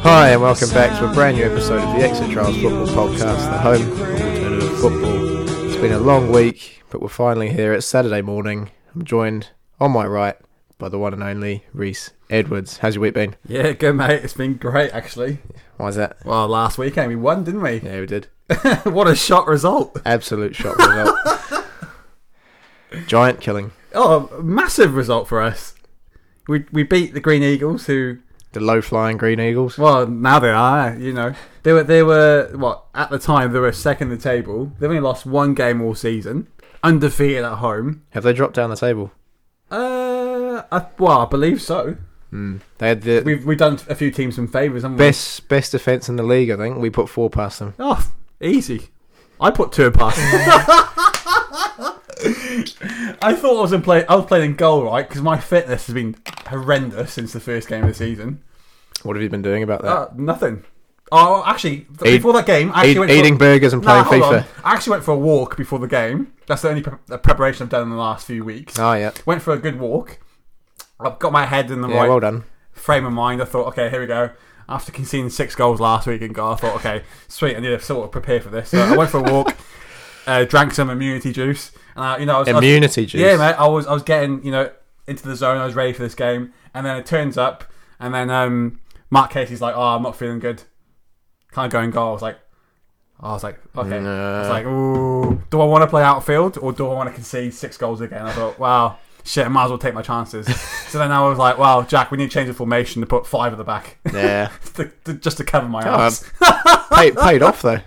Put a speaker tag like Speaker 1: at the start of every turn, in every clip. Speaker 1: Hi, and welcome back to a brand new episode of the Exit Trials Football Podcast, the home of alternative football. It's been a long week, but we're finally here. It's Saturday morning. I'm joined on my right by the one and only Reese Edwards. How's your week been?
Speaker 2: Yeah, good mate. It's been great actually.
Speaker 1: Why is that?
Speaker 2: Well, last weekend we won, didn't we?
Speaker 1: Yeah, we did.
Speaker 2: what a shot result!
Speaker 1: Absolute shock result. Giant killing.
Speaker 2: Oh, massive result for us. We we beat the Green Eagles, who
Speaker 1: The low flying Green Eagles.
Speaker 2: well now they are. You know, they were they were what at the time they were second in the table. They've only lost one game all season, undefeated at home.
Speaker 1: Have they dropped down the table?
Speaker 2: Uh, I, well, I believe so.
Speaker 1: Hmm. They had the
Speaker 2: We've we've done a few teams some favors, haven't we?
Speaker 1: best best defence in the league, I think. We put four past them.
Speaker 2: Oh, easy. I put two past. I thought I was in play. I was playing in goal, right? Because my fitness has been horrendous since the first game of the season.
Speaker 1: What have you been doing about that?
Speaker 2: Uh, nothing. Oh, actually, th-
Speaker 1: Eat-
Speaker 2: before that game, I actually
Speaker 1: Eat-
Speaker 2: went
Speaker 1: eating
Speaker 2: for,
Speaker 1: burgers and
Speaker 2: Nah,
Speaker 1: playing
Speaker 2: hold
Speaker 1: FIFA.
Speaker 2: on. I actually went for a walk before the game. That's the only pre- uh, preparation I've done in the last few weeks.
Speaker 1: Oh yeah.
Speaker 2: Went for a good walk. I've got my head in the
Speaker 1: Yeah,
Speaker 2: right
Speaker 1: well done.
Speaker 2: frame of mind. I thought, okay, here we go. After conceding six goals last week in goal, I thought, okay, sweet, I need to sort of prepare for this. So I went for a walk, uh, drank some immunity juice, and I, you know, I was, I was-
Speaker 1: Immunity juice.
Speaker 2: yeah, mate, I was I was getting you know into the zone. I was ready for this game, and then it turns up, and then um, Mark Casey's like, oh, I'm not feeling good. Can't go in goal. I was like. I was like, okay. I was
Speaker 1: Nah.
Speaker 2: like, ooh, do I want to play outfield or do I want to concede six goals again? I thought, wow, shit, I might as well take my chances. so then I was like, wow, Jack, we need to change the formation to put five at the back
Speaker 1: Yeah.
Speaker 2: to, to, just to cover my
Speaker 1: Oh,
Speaker 2: ass.
Speaker 1: paid, paid off though.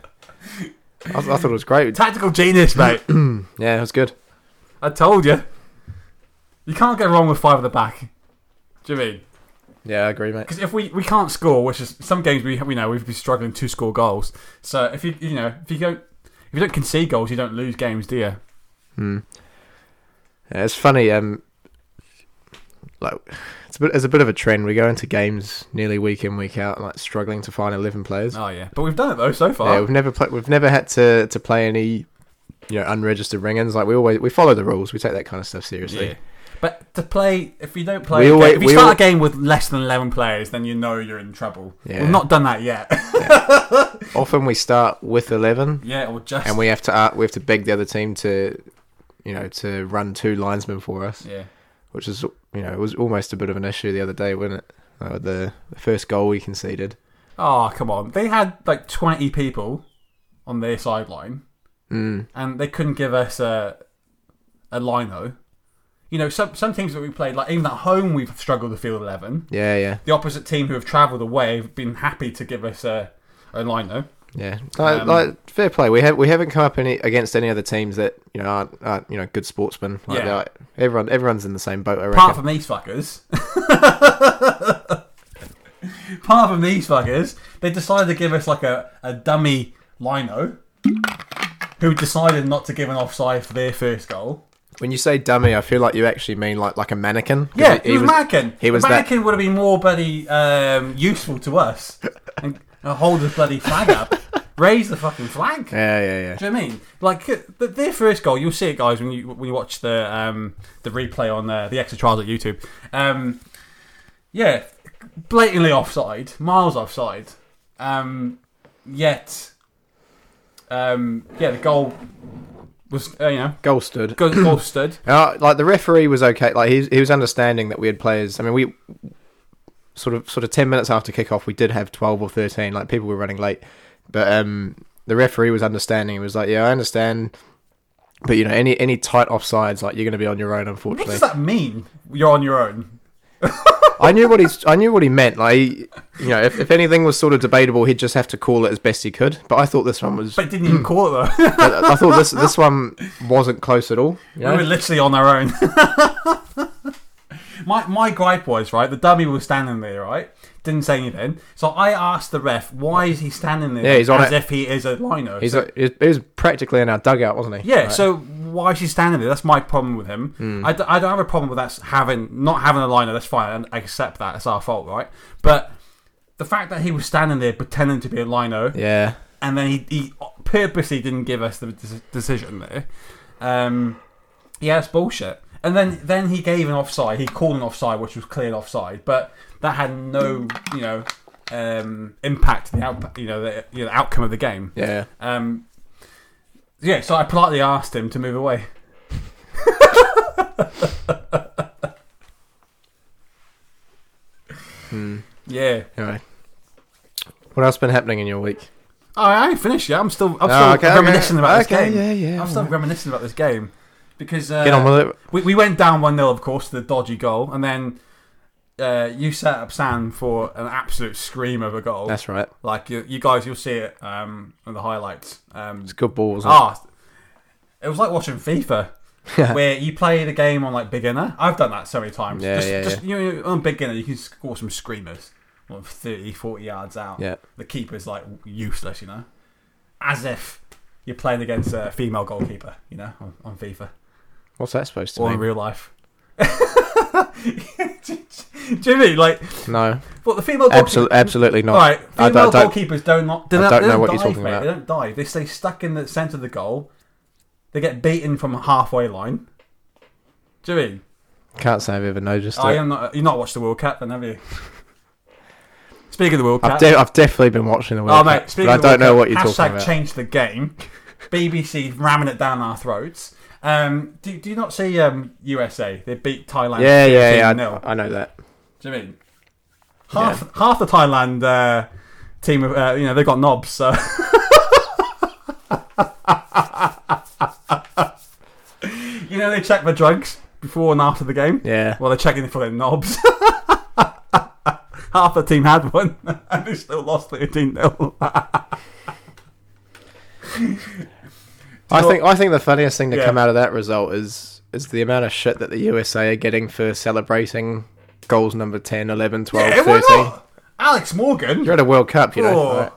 Speaker 1: I, I thought it was great.
Speaker 2: Tactical genius, mate.
Speaker 1: Yeah, it was good.
Speaker 2: I told you. You can't get wrong with five at the back. Do you mean?
Speaker 1: Yeah, I agree, mate.
Speaker 2: Because if we, we can't score, which is some games we we know we've been struggling to score goals. So if you you know if you don't if you don't concede goals, you don't lose games, do you?
Speaker 1: Hmm. Yeah, it's funny. Um, like it's a bit, it's a bit of a trend. We go into games nearly week in, week out, like struggling to find eleven players.
Speaker 2: Oh yeah, but we've done it though so
Speaker 1: Yeah,
Speaker 2: far.
Speaker 1: we've never played. We've never had to to play any, you know, unregistered ring-ins. Like we always we follow the rules. We take that kind of stuff seriously.
Speaker 2: Yeah. But to play, if you don't play,
Speaker 1: We
Speaker 2: a game-
Speaker 1: alwa-
Speaker 2: if you
Speaker 1: we
Speaker 2: start
Speaker 1: al-
Speaker 2: a game with less than eleven players, then you know you're in trouble.
Speaker 1: Yeah.
Speaker 2: We've not done that yet.
Speaker 1: Often we start with eleven,
Speaker 2: yeah, or just
Speaker 1: and we have to uh, we have to beg the other team to, you know, to run two linesmen for us.
Speaker 2: yeah.
Speaker 1: which is you know it was almost a bit of an issue the other day, wasn't it? Uh, the, the first goal we conceded.
Speaker 2: Oh come on, they had like twenty people on their sideline.
Speaker 1: Mm.
Speaker 2: and they couldn't give us a a lino. You know, some some teams that we played, like even at home, we've struggled to field eleven.
Speaker 1: Yeah, yeah,
Speaker 2: The opposite team who have travelled away have been happy to give us a a lino.
Speaker 1: yeah. Like,
Speaker 2: Um,
Speaker 1: like, fair play. We have we haven't come up any against any other teams that you know aren't, aren't you know good sportsmen. Like,
Speaker 2: Yeah.
Speaker 1: they're like- everyone everyone's in the same boat. I reckon.
Speaker 2: Apart from these fuckers. Apart from these fuckers, they decided to give us like a, a dummy lino who decided not to give an offside for their first goal.
Speaker 1: When you say dummy, I feel like you actually mean like like a mannequin. 'Cause
Speaker 2: Yeah, he, was, mannequin.
Speaker 1: he was that-
Speaker 2: mannequin would have been more bloody um, useful to us and, and hold the bloody flag up, raise the fucking flag.
Speaker 1: Yeah, yeah, yeah.
Speaker 2: Do you know what I mean? Like uh, the, their first goal, you'll see it, guys, when you when you watch the um, the replay on uh, the extra trials at YouTube. Um, yeah, blatantly offside, miles offside. Um, yet, um, yeah, the goal was uh, you know
Speaker 1: Goal stood.
Speaker 2: goal, goal stood.
Speaker 1: Uh, like the referee was okay. Like he he was understanding that we had players. I mean, we sort of sort of ten minutes after kickoff, we did have twelve or thirteen. Like people were running late, but um, the referee was understanding. He was like, "Yeah, I understand." But you know, any any tight offsides, like you're going to be on your own,
Speaker 2: What
Speaker 1: unfortunately.
Speaker 2: does that mean? You're on your own.
Speaker 1: I knew what he's, I knew what he meant. Like, he- you know, if, if anything was sort of debatable, he'd just have to call it as best he could. But I thought this one was,
Speaker 2: But it didn't even call it though.
Speaker 1: I thought this this one wasn't close at all. you know?
Speaker 2: We were literally on our own. my my gripe was right. The dummy was standing there, right? Didn't say anything. So I asked the ref, "Why is he standing there?
Speaker 1: Yeah, he's on
Speaker 2: as
Speaker 1: it.
Speaker 2: if he is a lino."
Speaker 1: He's
Speaker 2: So-
Speaker 1: a, he was practically in our dugout, wasn't he?
Speaker 2: yeah.
Speaker 1: Right. Hmm.
Speaker 2: So why is he standing there? That's my problem with him. I, d- I don't have a problem with that having not having a lino. That's fine. and I accept that. It's our fault, right? But the fact that he was standing there pretending to be a lino,
Speaker 1: yeah.
Speaker 2: and then he, he purposely didn't give us the de- decision there. Um, yeah, it's bullshit. And then then he gave an offside. He called an offside, which was cleared offside, but that had no you know um, impact the out, you know the, you know, the outcome of the game.
Speaker 1: Yeah.
Speaker 2: Um, yeah, so I politely asked him to move away.
Speaker 1: Hmm.
Speaker 2: Yeah,
Speaker 1: Anyway. What else been happening in your week?
Speaker 2: Oh, I, I ain't finished yet. I'm still I'm
Speaker 1: Oh,
Speaker 2: still reminiscing about
Speaker 1: okay,
Speaker 2: this game.
Speaker 1: Yeah, yeah.
Speaker 2: I'm still
Speaker 1: alright.
Speaker 2: reminiscing about this game because uh,
Speaker 1: Get on with it.
Speaker 2: We, we went down 1 0, of course, to the dodgy goal, and then uh, you set up Sam for an absolute scream of a goal.
Speaker 1: That's right.
Speaker 2: like, you, you guys, you'll see it um, on the highlights. Um,
Speaker 1: It's good balls.
Speaker 2: ah, it was like watching FIFA,
Speaker 1: Yeah.
Speaker 2: where you play the game on like beginner. I've done that so many times.
Speaker 1: Yeah,
Speaker 2: just,
Speaker 1: yeah,
Speaker 2: just You know, on beginner, you can score some screamers, like 30, 40 yards out.
Speaker 1: Yeah.
Speaker 2: The keeper's like useless, you know, as if you're playing against a female goalkeeper, you know, on, on FIFA
Speaker 1: What's that supposed to
Speaker 2: or in
Speaker 1: mean?
Speaker 2: real life. Jimmy, like,
Speaker 1: No,
Speaker 2: what the female goalkeepers?
Speaker 1: absolutely, absolutely
Speaker 2: All
Speaker 1: not.
Speaker 2: right, female
Speaker 1: I don't- I don't-
Speaker 2: goalkeepers don't not. They
Speaker 1: I
Speaker 2: don't,
Speaker 1: don't
Speaker 2: they
Speaker 1: know
Speaker 2: don't
Speaker 1: what
Speaker 2: dive,
Speaker 1: you're talking
Speaker 2: mate.
Speaker 1: about.
Speaker 2: They don't dive. They stay stuck in the centre of the goal. They get beaten from a halfway line. Jimmy,
Speaker 1: Can't say I've ever noticed
Speaker 2: I
Speaker 1: it.
Speaker 2: am not. You've not watched the World Cup, then have you? Speaking of the World
Speaker 1: I've,
Speaker 2: Cup,
Speaker 1: de- I've definitely been watching the World
Speaker 2: oh
Speaker 1: Cup,
Speaker 2: mate,
Speaker 1: but
Speaker 2: speaking
Speaker 1: I
Speaker 2: of the
Speaker 1: don't
Speaker 2: World
Speaker 1: know
Speaker 2: Cup,
Speaker 1: what you're talking
Speaker 2: hashtag
Speaker 1: about.
Speaker 2: change the game. BBC ramming it down our throats. Um, do, do you not see um, USA? They beat Thailand.
Speaker 1: Yeah, yeah, yeah. I,
Speaker 2: 13-0.
Speaker 1: I know that.
Speaker 2: Do you mean half half the Thailand uh, team? Uh, you know they've got knobs. So you know they check for drugs before and after the game.
Speaker 1: Yeah,
Speaker 2: Well, they're checking for their knobs. half the team had one, and they still lost thirteen 0
Speaker 1: I
Speaker 2: know
Speaker 1: think I think the funniest thing to
Speaker 2: Yeah.
Speaker 1: come out of that result is is the amount of shit that the USA are getting for celebrating goals number 10, 11, 12, 13.
Speaker 2: Alex Morgan.
Speaker 1: You're at a World Cup, you know.
Speaker 2: Oh.
Speaker 1: right?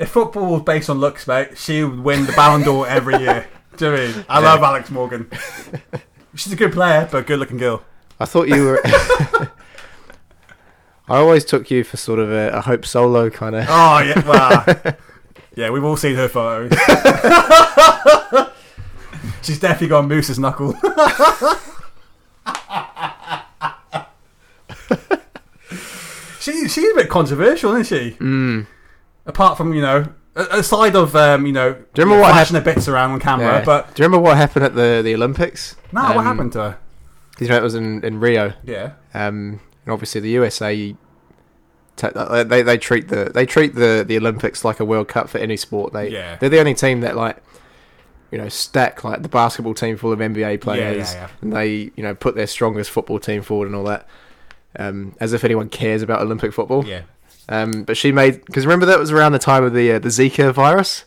Speaker 2: If football was based on looks, mate, she would win the Ballon d'Or every year. Do you mean? I love Alex Morgan. She's a good player, but good looking girl.
Speaker 1: I thought you were. I always took you for sort of a, a Hope Solo kind of.
Speaker 2: Oh, yeah. Well, yeah, we've all seen her photos. She's definitely got Moose's knuckle. she, she's a bit controversial, isn't she?
Speaker 1: Mm.
Speaker 2: Apart from, you know, a- aside of, um, you know,
Speaker 1: you remember what
Speaker 2: flashing her bits around on camera,
Speaker 1: Yeah.
Speaker 2: but
Speaker 1: Do you remember what happened at the, the Olympics?
Speaker 2: no,
Speaker 1: Um,
Speaker 2: what happened to her?
Speaker 1: You know, it was in, in Rio.
Speaker 2: Yeah.
Speaker 1: Um, and obviously the USA ta- uh, they they treat the they treat the, the Olympics like a World Cup for any sport. They
Speaker 2: Yeah.
Speaker 1: they're the only team that like you know stack like the basketball team full of NBA players
Speaker 2: yeah.
Speaker 1: and they you know put their strongest football team forward and all that. Um, as if anyone cares about Olympic football.
Speaker 2: Yeah.
Speaker 1: Um, but she made because remember that was around the time of the uh, the Zika virus.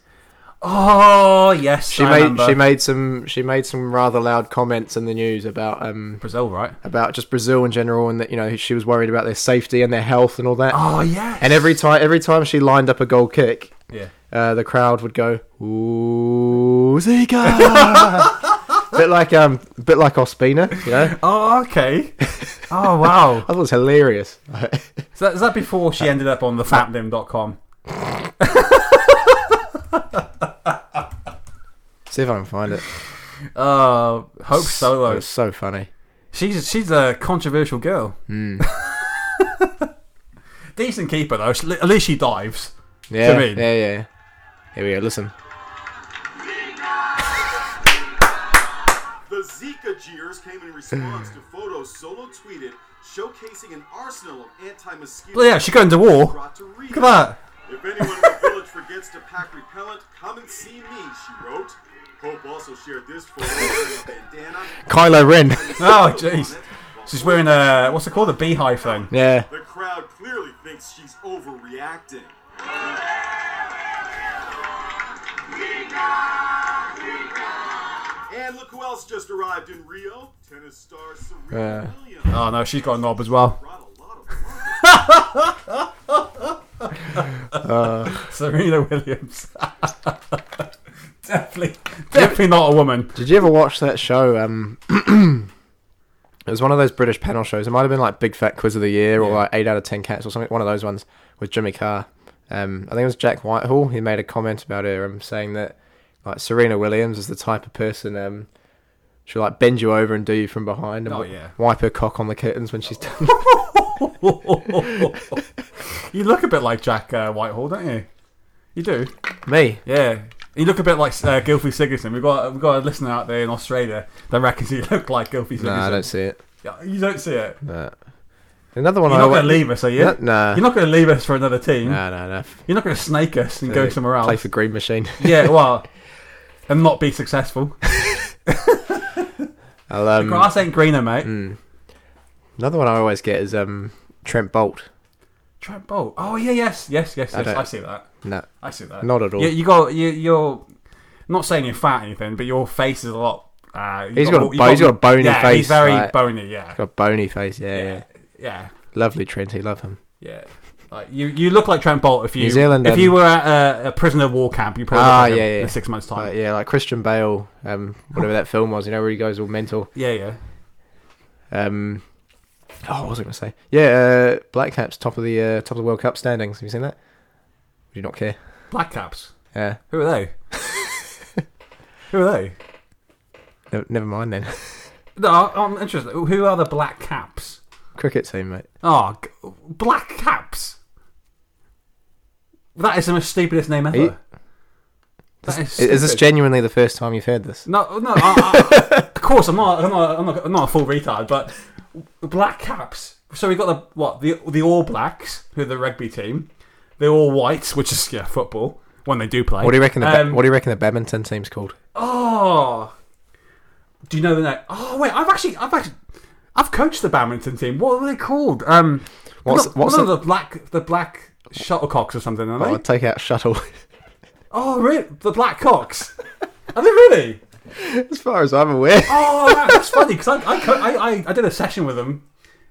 Speaker 2: Oh yes,
Speaker 1: She
Speaker 2: I
Speaker 1: made
Speaker 2: remember.
Speaker 1: she made some she made some rather loud comments in the news about um
Speaker 2: Brazil, right?
Speaker 1: about just Brazil in general and that you know she was worried about their safety and their health and all that.
Speaker 2: Oh yes.
Speaker 1: And every time, every time she lined up a goal kick,
Speaker 2: yeah,
Speaker 1: uh, the crowd would go, "Ooh, Zika!" bit like um, bit like Ospina, you know.
Speaker 2: Oh okay. oh wow.
Speaker 1: I thought it was hilarious.
Speaker 2: Is that, is that before she ended up on the fatnim.com?
Speaker 1: See if I can find it.
Speaker 2: Uh, hope
Speaker 1: It
Speaker 2: Solo.
Speaker 1: was so funny.
Speaker 2: She's she's a controversial girl.
Speaker 1: Hmm.
Speaker 2: Decent keeper though. She- At least she dives.
Speaker 1: Yeah,
Speaker 2: mean?
Speaker 1: yeah, yeah. Here we go. Listen.
Speaker 3: The Zika jeers came in response to photos Solo tweeted showcasing an arsenal of anti-mosquito
Speaker 2: But yeah, she going to war.
Speaker 3: brought to Rio.
Speaker 2: Look at
Speaker 3: If anyone in the village forgets to pack repellent, come and see me, she wrote. Hope also shared this photo wearing a bandana.
Speaker 1: Kylo Ren.
Speaker 2: that. Oh jeez. She's wearing a what's it called? A beehive thing.
Speaker 1: yeah.
Speaker 3: The crowd clearly thinks she's overreacting. And look who else just arrived in Rio. Tennis star Serena
Speaker 1: Yeah.
Speaker 3: Williams.
Speaker 2: Oh no, she's got a knob as well.
Speaker 3: Brought a lot of love.
Speaker 2: Serena Williams. definitely, definitely not a woman.
Speaker 1: Did you ever watch that show? Um, it was one of those British panel shows. It might have been like Big Fat Quiz of the Year or
Speaker 2: Yeah.
Speaker 1: like Eight Out of Ten Cats or something. One of those ones with Jimmy Carr. Um, I think it was Jack Whitehall. He made a comment about her, um, saying that like Serena Williams is the type of person um, she'll like bend you over and do you from behind and
Speaker 2: Oh,
Speaker 1: wi-
Speaker 2: yeah.
Speaker 1: wipe her cock on the curtains when she's done.
Speaker 2: You look a bit like Jack uh, Whitehall, don't you? You do.
Speaker 1: Me?
Speaker 2: Yeah. You look a bit like uh, Gilfie Sigurdsson. We've got we've got a listener out there in Australia that reckons you look like Gilfie Sigurdsson.
Speaker 1: No, I don't see it.
Speaker 2: Yeah, You don't see it.
Speaker 1: No. Another one I
Speaker 2: You're not going to
Speaker 1: wa-
Speaker 2: leave us, are you?
Speaker 1: No, nah.
Speaker 2: You're not going to leave us for another team.
Speaker 1: No, no, no.
Speaker 2: You're not going to snake us and go
Speaker 1: Uh,
Speaker 2: somewhere
Speaker 1: Play
Speaker 2: else.
Speaker 1: for Green Machine.
Speaker 2: yeah, well, and not be successful.
Speaker 1: I'll, um,
Speaker 2: Grass ain't greener, mate.
Speaker 1: mm. Another one I always get is um, Trent Bolt.
Speaker 2: Trent Bolt. Oh yeah, yes, yes, yes,
Speaker 1: I
Speaker 2: yes.
Speaker 1: don't-
Speaker 2: I, see that.
Speaker 1: No,
Speaker 2: I see that.
Speaker 1: not at all.
Speaker 2: You, you got you. You're not saying you're fat or anything, but your face is a lot. Uh, you've
Speaker 1: He's got a
Speaker 2: you've
Speaker 1: bo- he's got a bony
Speaker 2: yeah, He's
Speaker 1: face,
Speaker 2: very
Speaker 1: right.
Speaker 2: bony. Yeah.
Speaker 1: Got a bony face. Yeah, yeah.
Speaker 2: yeah, yeah,
Speaker 1: Lovely Trenty, love him.
Speaker 2: yeah. Like you, you look like Trent Bolt if you
Speaker 1: New Zealand,
Speaker 2: if
Speaker 1: um,
Speaker 2: you were at a, a prisoner of war camp. You probably look
Speaker 1: Ah,
Speaker 2: like him
Speaker 1: yeah, yeah.
Speaker 2: in six months time.
Speaker 1: Like, yeah, like Christian Bale, um, whatever that film was, you know, where he goes all mental.
Speaker 2: Yeah, yeah.
Speaker 1: Um, oh, what was I going to say? Yeah, uh, Black Caps top of the uh, top of the World Cup standings. Have you seen that? Would you not care? Uh,
Speaker 2: Black caps.
Speaker 1: Yeah,
Speaker 2: Who are they? Who are they?
Speaker 1: no, never mind then.
Speaker 2: No, I'm interested. Who are the black caps?
Speaker 1: Cricket team, mate.
Speaker 2: Oh, g- black caps. That is the most stupidest name ever.
Speaker 1: you-
Speaker 2: That
Speaker 1: Is, is this
Speaker 2: stupid.
Speaker 1: genuinely the first time you've heard this?
Speaker 2: No, no. I, I, of course, I'm not. I'm not. I'm not, I'm not a full retard. But black caps. So we got the what the the All Blacks, who are the rugby team. The All Whites, which is yeah football when they do play.
Speaker 1: What do you reckon? The ba-
Speaker 2: Um,
Speaker 1: what do you reckon the badminton team's called?
Speaker 2: Oh, do you know the name? Oh wait, I've actually, I've actually, I've coached the badminton team. What are they called? Um,
Speaker 1: What's-
Speaker 2: not,
Speaker 1: what's
Speaker 2: not
Speaker 1: the-
Speaker 2: the black, the black shuttlecocks or something? Are
Speaker 1: Oh,
Speaker 2: they?
Speaker 1: take out shuttle.
Speaker 2: Oh, really? The black cocks? are they really?
Speaker 1: as far as I'm aware.
Speaker 2: Oh, wow, that's funny because I, I, co- I, I, I did a session with them,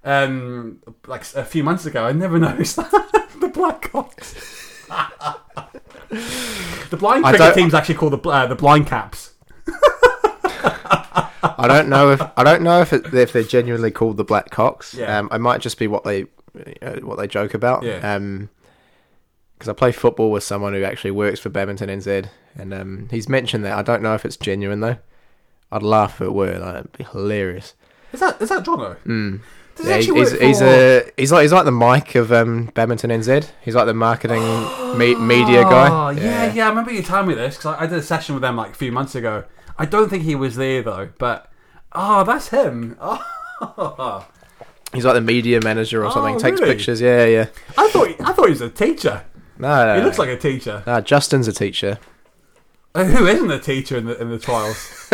Speaker 2: um, like a few months ago. I never noticed that the black cocks. the blind
Speaker 1: I
Speaker 2: cricket
Speaker 1: don't-
Speaker 2: team's actually called the bl- uh, the blind caps.
Speaker 1: I don't know if I don't know if it, if they're genuinely called the Black Cocks.
Speaker 2: Yeah.
Speaker 1: Um, I might just be what they uh, what they joke about.
Speaker 2: Yeah.
Speaker 1: because I play football with someone who actually works for Badminton NZ, and um, he's mentioned that. I don't know if it's genuine though. I'd laugh if it were. Like, it'd be hilarious.
Speaker 2: Is that is that Jono? Mm.
Speaker 1: Hmm. Yeah,
Speaker 2: Does he
Speaker 1: he-
Speaker 2: actually
Speaker 1: he's,
Speaker 2: work
Speaker 1: he's
Speaker 2: for-
Speaker 1: a he's like he's like the Mike of um, Badminton NZ. He's like the marketing me- media guy.
Speaker 2: Oh, yeah, yeah, I remember you telling me this because I, I did a session with them like a few months ago. I don't think he was there though, but oh, that's him. Oh.
Speaker 1: He's like the media manager or something.
Speaker 2: Oh,
Speaker 1: Takes
Speaker 2: really?
Speaker 1: pictures. Yeah, yeah.
Speaker 2: I thought I thought he was a teacher.
Speaker 1: No, no,
Speaker 2: He looks
Speaker 1: no.
Speaker 2: like a teacher.
Speaker 1: No, Justin's a teacher.
Speaker 2: Uh, Who isn't a teacher in the in the trials?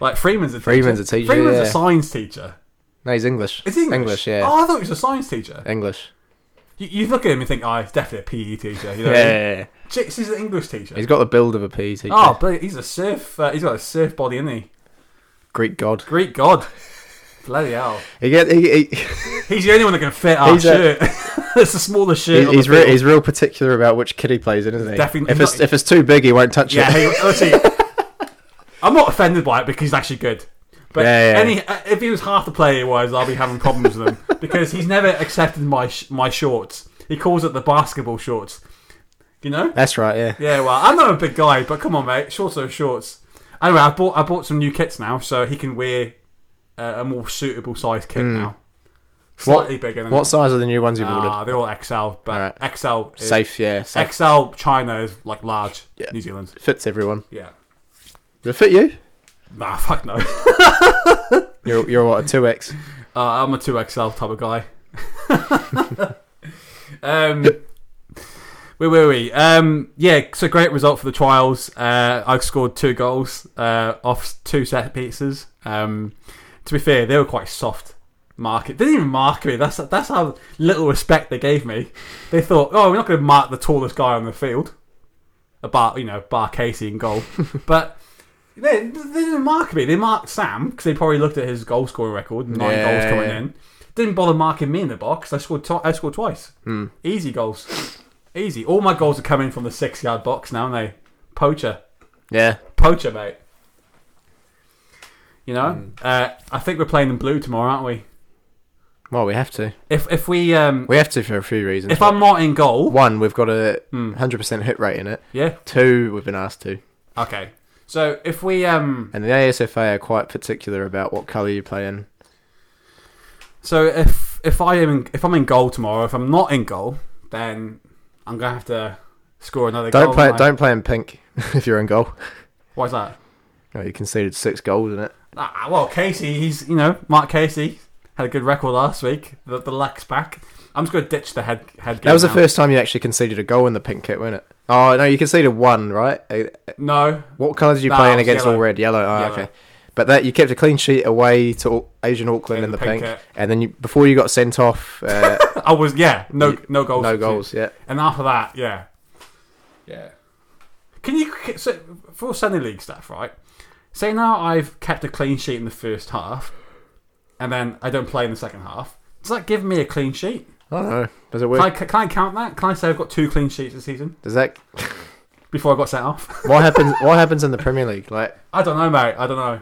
Speaker 2: like Freeman's a teacher.
Speaker 1: Freeman's a teacher,
Speaker 2: Freeman's a
Speaker 1: yeah.
Speaker 2: science teacher.
Speaker 1: No, he's English.
Speaker 2: Is he English?
Speaker 1: yeah.
Speaker 2: Oh, I thought he was a science teacher.
Speaker 1: English.
Speaker 2: You, you look at him and think, oh, he's definitely a PE teacher. You know,
Speaker 1: Yeah, yeah, yeah.
Speaker 2: Chicks, he's an English teacher.
Speaker 1: He's got the build of a PE teacher.
Speaker 2: oh, but he's a surf. Uh, he's got a surf body, isn't he?
Speaker 1: Greek god.
Speaker 2: Greek god. Bloody hell.
Speaker 1: He get he, he,
Speaker 2: He's the only one that can fit our
Speaker 1: He's a-
Speaker 2: shirt. it's the smallest shirt. on the
Speaker 1: he's real,
Speaker 2: field.
Speaker 1: he's real particular about which kid he plays in, isn't he?
Speaker 2: Definitely
Speaker 1: If it's
Speaker 2: not-
Speaker 1: if it's too big, he won't touch
Speaker 2: yeah.
Speaker 1: it.
Speaker 2: He, honestly, I'm not offended by it because he's actually good. But
Speaker 1: Yeah, yeah.
Speaker 2: any uh, if he was half the player he was, I'll be having problems with him because he's never accepted my sh- my shorts. He calls it the basketball shorts. You know?
Speaker 1: That's right. Yeah.
Speaker 2: Yeah. Well, I'm not a big guy, but come on, mate. Shorts are shorts. Anyway, I bought I bought some new kits now, so he can wear uh, a more suitable size kit now. Slightly bigger. Than
Speaker 1: Hmm. What size are the new ones you've ordered?
Speaker 2: Ah, they're all XL, but XL is,
Speaker 1: Safe. Yeah. Safe.
Speaker 2: XL China is like large
Speaker 1: Yeah.
Speaker 2: New Zealand.
Speaker 1: Fits everyone.
Speaker 2: Yeah.
Speaker 1: Does it fit you?
Speaker 2: Nah, fuck no.
Speaker 1: You're you're what a two X.
Speaker 2: Uh, I'm a two XL type of guy. um, where were we? Um, yeah, so great result for the trials. Uh, I scored two goals uh, off two set pieces. Um, to be fair, they were quite soft. Mark it didn't even mark me. That's that's how little respect they gave me. They thought, oh, we're not going to mark the tallest guy on the field, a bar you know bar Casey in goal, but. They, they didn't mark me. They marked Sam because they probably looked at his goal scoring record. Nine
Speaker 1: Yeah,
Speaker 2: goals coming
Speaker 1: yeah.
Speaker 2: in. Didn't bother marking me in the box. I scored. Tw- I scored twice.
Speaker 1: Hmm.
Speaker 2: Easy goals. Easy. All my goals are coming from the six yard box now, aren't they? Poacher.
Speaker 1: Yeah.
Speaker 2: Poacher, mate. You know?
Speaker 1: Mm.
Speaker 2: Uh, I think we're playing in blue tomorrow, aren't we?
Speaker 1: Well, we have to.
Speaker 2: If if we um
Speaker 1: We have to for a few reasons.
Speaker 2: if I'm not in goal
Speaker 1: one, we've got a hundred percent hit rate in it.
Speaker 2: Yeah.
Speaker 1: Two, we've been asked to.
Speaker 2: Okay. So if we um
Speaker 1: And the ASFA are quite particular about what colour you play in.
Speaker 2: so if if I am in, if I'm in goal tomorrow, if I'm not in goal, then I'm gonna have to score another
Speaker 1: Don't
Speaker 2: goal.
Speaker 1: play
Speaker 2: am I?
Speaker 1: don't play in pink if you're in goal.
Speaker 2: Why's that?
Speaker 1: Oh, you conceded six goals in it.
Speaker 2: Ah, well, Casey, he's you know Mark Casey had a good record last week. The, the lack's back. I'm just gonna ditch the head head.
Speaker 1: That was the
Speaker 2: now.
Speaker 1: first time you actually conceded a goal in the pink kit, wasn't it? Oh no, you conceded one, right? Uh,
Speaker 2: No,
Speaker 1: What colour did you
Speaker 2: Nah,
Speaker 1: play
Speaker 2: it
Speaker 1: in
Speaker 2: was
Speaker 1: against all
Speaker 2: yellow.
Speaker 1: red? Yellow. Oh,
Speaker 2: Yellow.
Speaker 1: okay. But that you kept a clean sheet away to Au- Asian Auckland
Speaker 2: In
Speaker 1: in the
Speaker 2: the
Speaker 1: pink,
Speaker 2: pink kit.
Speaker 1: and then you, before you got sent off, uh,
Speaker 2: I was yeah. No, no goals.
Speaker 1: no goals. Yeah.
Speaker 2: And after that, yeah, yeah. Can you so for Sunday League stuff, right? Say now I've kept a clean sheet in the first half, and then I don't play in the second half. Does that give me a clean sheet?
Speaker 1: I don't know. Does it
Speaker 2: Can I,
Speaker 1: work?
Speaker 2: can I count that? Can I say I've got two clean sheets this season
Speaker 1: Does that?
Speaker 2: before I got sent off?
Speaker 1: What happens? What happens in the Premier League? Like,
Speaker 2: I don't know, mate. I don't know.